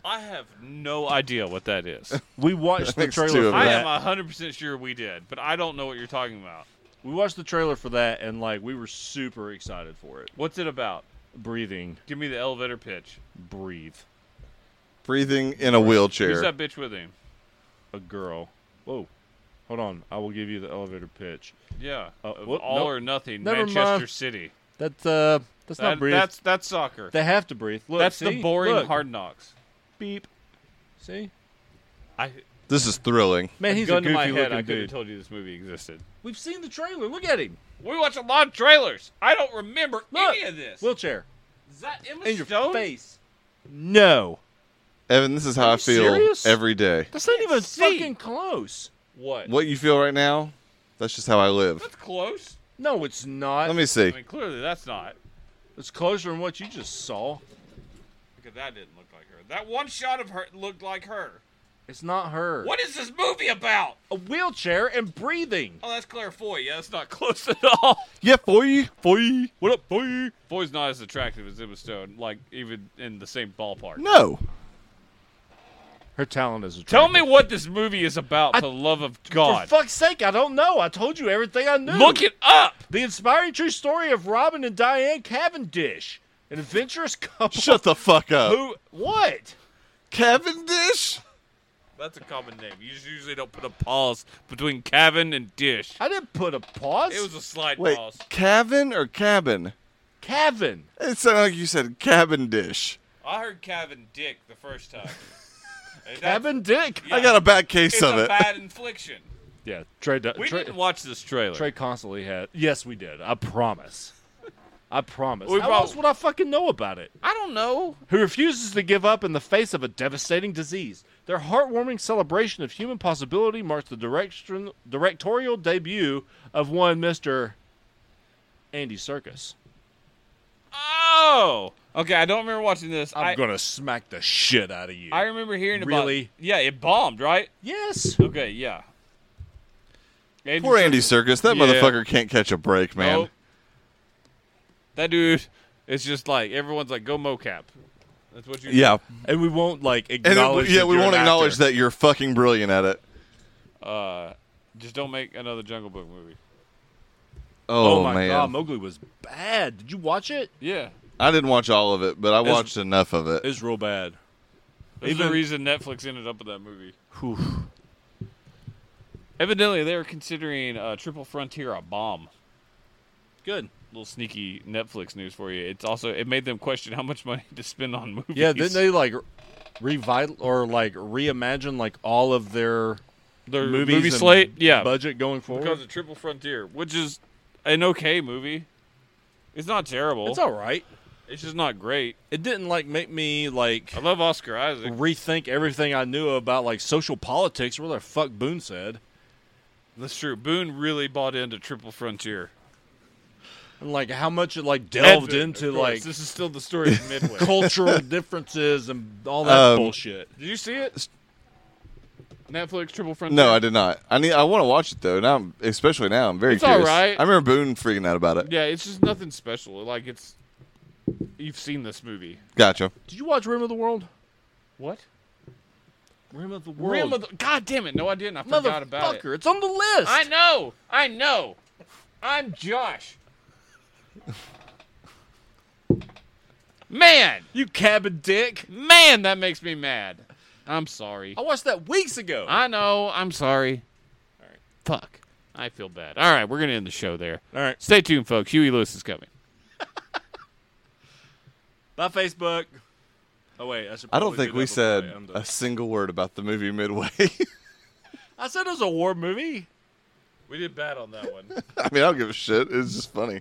[SPEAKER 2] I have no idea what that is.
[SPEAKER 3] We watched the
[SPEAKER 1] There's two
[SPEAKER 3] trailer.
[SPEAKER 1] of
[SPEAKER 3] For
[SPEAKER 2] I
[SPEAKER 3] that.
[SPEAKER 2] am uh, hundred percent sure we did, but I don't know what you're talking about.
[SPEAKER 3] we watched the trailer for that and like we were super excited for it.
[SPEAKER 2] What's it about?
[SPEAKER 3] Breathing,
[SPEAKER 2] Give me the elevator pitch.
[SPEAKER 3] breathe.
[SPEAKER 1] breathing in a wheelchair.
[SPEAKER 2] Who's that bitch with him?
[SPEAKER 3] A girl. Whoa. Hold on. I will give you the elevator pitch.
[SPEAKER 2] Yeah,
[SPEAKER 3] Uh,
[SPEAKER 2] of
[SPEAKER 3] whoop,
[SPEAKER 2] all
[SPEAKER 3] nope.
[SPEAKER 2] or nothing.
[SPEAKER 3] Never
[SPEAKER 2] Manchester
[SPEAKER 3] mind.
[SPEAKER 2] City.
[SPEAKER 3] That's uh. That's
[SPEAKER 2] That-
[SPEAKER 3] not breathe.
[SPEAKER 2] that's that's soccer.
[SPEAKER 3] They have to breathe. Look,
[SPEAKER 2] that's
[SPEAKER 3] see?
[SPEAKER 2] the boring
[SPEAKER 3] Look.
[SPEAKER 2] hard knocks.
[SPEAKER 3] beep. See,
[SPEAKER 2] I
[SPEAKER 1] This is thrilling.
[SPEAKER 3] man, he's
[SPEAKER 2] gun
[SPEAKER 3] a goofy
[SPEAKER 2] to my head. I
[SPEAKER 3] looking
[SPEAKER 2] could have
[SPEAKER 3] dude.
[SPEAKER 2] told you this movie existed.
[SPEAKER 3] We've seen the trailer. Look at him.
[SPEAKER 2] We watch a lot of trailers. I don't remember
[SPEAKER 3] Look,
[SPEAKER 2] any of this.
[SPEAKER 3] Wheelchair
[SPEAKER 2] Is that Emma
[SPEAKER 3] in your
[SPEAKER 2] Stone?
[SPEAKER 3] face. No,
[SPEAKER 1] Evan, this is how
[SPEAKER 3] Are
[SPEAKER 1] I
[SPEAKER 3] you
[SPEAKER 1] feel
[SPEAKER 3] serious?
[SPEAKER 1] every day.
[SPEAKER 3] that's not
[SPEAKER 2] Can't
[SPEAKER 3] even
[SPEAKER 2] see.
[SPEAKER 3] fucking close.
[SPEAKER 2] What?
[SPEAKER 1] What you feel right now, that's just how I live.
[SPEAKER 2] That's close.
[SPEAKER 3] No, it's not.
[SPEAKER 1] Let me see.
[SPEAKER 2] I mean, clearly that's not.
[SPEAKER 3] It's closer than what you just saw.
[SPEAKER 2] Because that didn't look like her. That one shot of her looked like her.
[SPEAKER 3] It's not her.
[SPEAKER 2] What is this movie about?
[SPEAKER 3] A wheelchair and breathing.
[SPEAKER 2] Oh, that's Claire Foy. Yeah, that's not close at all.
[SPEAKER 1] Yeah, boy, boy.
[SPEAKER 2] What up, boy? Foy's not as attractive as Emma Stone, like even in the same ballpark.
[SPEAKER 1] No.
[SPEAKER 3] Her talent is.
[SPEAKER 2] Tell
[SPEAKER 3] attractive.
[SPEAKER 2] me what this movie is about,
[SPEAKER 3] I-
[SPEAKER 2] for the love of
[SPEAKER 3] For
[SPEAKER 2] God.
[SPEAKER 3] fuck's sake, I don't know. I told you everything I knew.
[SPEAKER 2] Look it up.
[SPEAKER 3] the inspiring true story of Robin and Diane Cavendish, an adventurous couple.
[SPEAKER 1] Shut the fuck up.
[SPEAKER 3] who? What?
[SPEAKER 1] Cavendish?
[SPEAKER 2] That's a common name. You just usually don't put a pause between Kevin and Dish.
[SPEAKER 3] I didn't put a pause.
[SPEAKER 2] It was a slight
[SPEAKER 1] Wait,
[SPEAKER 2] pause.
[SPEAKER 1] Cavan or cabin?
[SPEAKER 3] Cavan.
[SPEAKER 1] It sounded like you said Cavendish.
[SPEAKER 2] I heard Kevin Dick the first time. And that's-
[SPEAKER 3] Kevin Dick.
[SPEAKER 1] I got a bad case
[SPEAKER 2] it's
[SPEAKER 1] of
[SPEAKER 2] a
[SPEAKER 1] it.
[SPEAKER 2] bad infliction.
[SPEAKER 3] Yeah, Trey. do-
[SPEAKER 2] We
[SPEAKER 3] Trey,
[SPEAKER 2] didn't watch this trailer.
[SPEAKER 3] Trey constantly had. Yes, we did. I promise. I promise.
[SPEAKER 2] We
[SPEAKER 3] How
[SPEAKER 2] prob-
[SPEAKER 3] else would I fucking know about it?
[SPEAKER 2] I don't know.
[SPEAKER 3] Who refuses to give up in the face of a devastating disease? Their heartwarming celebration of human possibility marks the direction, directorial debut of one Mister Andy Circus.
[SPEAKER 2] Oh, okay. I don't remember watching this.
[SPEAKER 3] I'm
[SPEAKER 2] I,
[SPEAKER 3] gonna smack the shit out of you.
[SPEAKER 2] I remember hearing about.
[SPEAKER 3] Really?
[SPEAKER 2] Yeah, it bombed, right?
[SPEAKER 3] yes.
[SPEAKER 2] Okay, yeah. Andy
[SPEAKER 1] Poor
[SPEAKER 2] Serkis-
[SPEAKER 1] Andy Circus. That
[SPEAKER 2] Yeah.
[SPEAKER 1] motherfucker can't catch a break, man.
[SPEAKER 2] Nope. Oh. That dude is just like everyone's like go mocap. That's what you.
[SPEAKER 1] Yeah.
[SPEAKER 3] And we won't like
[SPEAKER 1] And it-
[SPEAKER 3] acknowledge.
[SPEAKER 1] yeah,
[SPEAKER 3] that
[SPEAKER 1] we
[SPEAKER 3] you're
[SPEAKER 1] won't
[SPEAKER 3] an
[SPEAKER 1] acknowledge
[SPEAKER 3] actor.
[SPEAKER 1] that you're fucking brilliant at it.
[SPEAKER 2] Uh, just don't make another Jungle Book movie.
[SPEAKER 1] Oh,
[SPEAKER 3] my
[SPEAKER 1] man.
[SPEAKER 3] god, Mowgli was bad. Did you watch it?
[SPEAKER 2] Yeah,
[SPEAKER 1] I didn't watch all of it, but I watched enough of it.
[SPEAKER 3] It's real bad.
[SPEAKER 2] there's
[SPEAKER 3] Even-
[SPEAKER 2] a reason Netflix ended up with that movie. Evidently, they were considering uh, Triple Frontier a bomb.
[SPEAKER 3] Good.
[SPEAKER 2] Little sneaky Netflix news for you. It's also it made them question how much money to spend on movies.
[SPEAKER 3] Yeah, then they like revital or like reimagine like all of their
[SPEAKER 2] their
[SPEAKER 3] movies
[SPEAKER 2] movie
[SPEAKER 3] and
[SPEAKER 2] slate. Yeah,
[SPEAKER 3] budget going forward.
[SPEAKER 2] because of Triple Frontier, which is an okay movie. It's not terrible.
[SPEAKER 3] it's all right.
[SPEAKER 2] It's just not great.
[SPEAKER 3] It didn't like make me like
[SPEAKER 2] I love Oscar Isaac.
[SPEAKER 3] rethink everything I knew about like social politics. Where the fuck Boone said,
[SPEAKER 2] That's true. Boone really bought into Triple Frontier.
[SPEAKER 3] and like how much it like delved
[SPEAKER 2] Edmund,
[SPEAKER 3] into
[SPEAKER 2] of course.
[SPEAKER 3] like
[SPEAKER 2] this is still the story of Midway.
[SPEAKER 3] cultural differences and all that
[SPEAKER 1] Um,
[SPEAKER 3] bullshit.
[SPEAKER 2] Did you see it? Netflix Triple Frontier.
[SPEAKER 1] No, I did not. I need. I want to watch it though. Now, I'm, especially now, I'm very
[SPEAKER 2] It's all
[SPEAKER 1] curious.
[SPEAKER 2] right.
[SPEAKER 1] I remember Boone freaking out about it.
[SPEAKER 2] Yeah, it's just nothing special. Like it's you've seen this movie.
[SPEAKER 1] Gotcha.
[SPEAKER 3] Did you watch Rim of the World?
[SPEAKER 2] What?
[SPEAKER 3] Rim of the World.
[SPEAKER 2] Rim of the, God damn it! No, I didn't. I forgot about it.
[SPEAKER 3] Motherfucker, it's on the list.
[SPEAKER 2] I know. I know. I'm Josh. Man,
[SPEAKER 3] You cabin dick.
[SPEAKER 2] man, that makes me mad. I'm sorry.
[SPEAKER 3] I watched that weeks ago.
[SPEAKER 2] I know. I'm sorry. All right. Fuck. I feel bad. All right, we're gonna end the show there.
[SPEAKER 3] all right.
[SPEAKER 2] Stay tuned, folks. Huey Lewis is coming.
[SPEAKER 3] Bye, Facebook. Oh wait, I should.
[SPEAKER 1] I don't
[SPEAKER 3] probably
[SPEAKER 1] think
[SPEAKER 3] do
[SPEAKER 1] we
[SPEAKER 3] that before
[SPEAKER 1] said
[SPEAKER 3] I end
[SPEAKER 1] a
[SPEAKER 3] it.
[SPEAKER 1] single word about the movie Midway.
[SPEAKER 3] I said it was a war movie.
[SPEAKER 2] We did bad on that one.
[SPEAKER 1] I mean, I don't give a shit. It's just funny.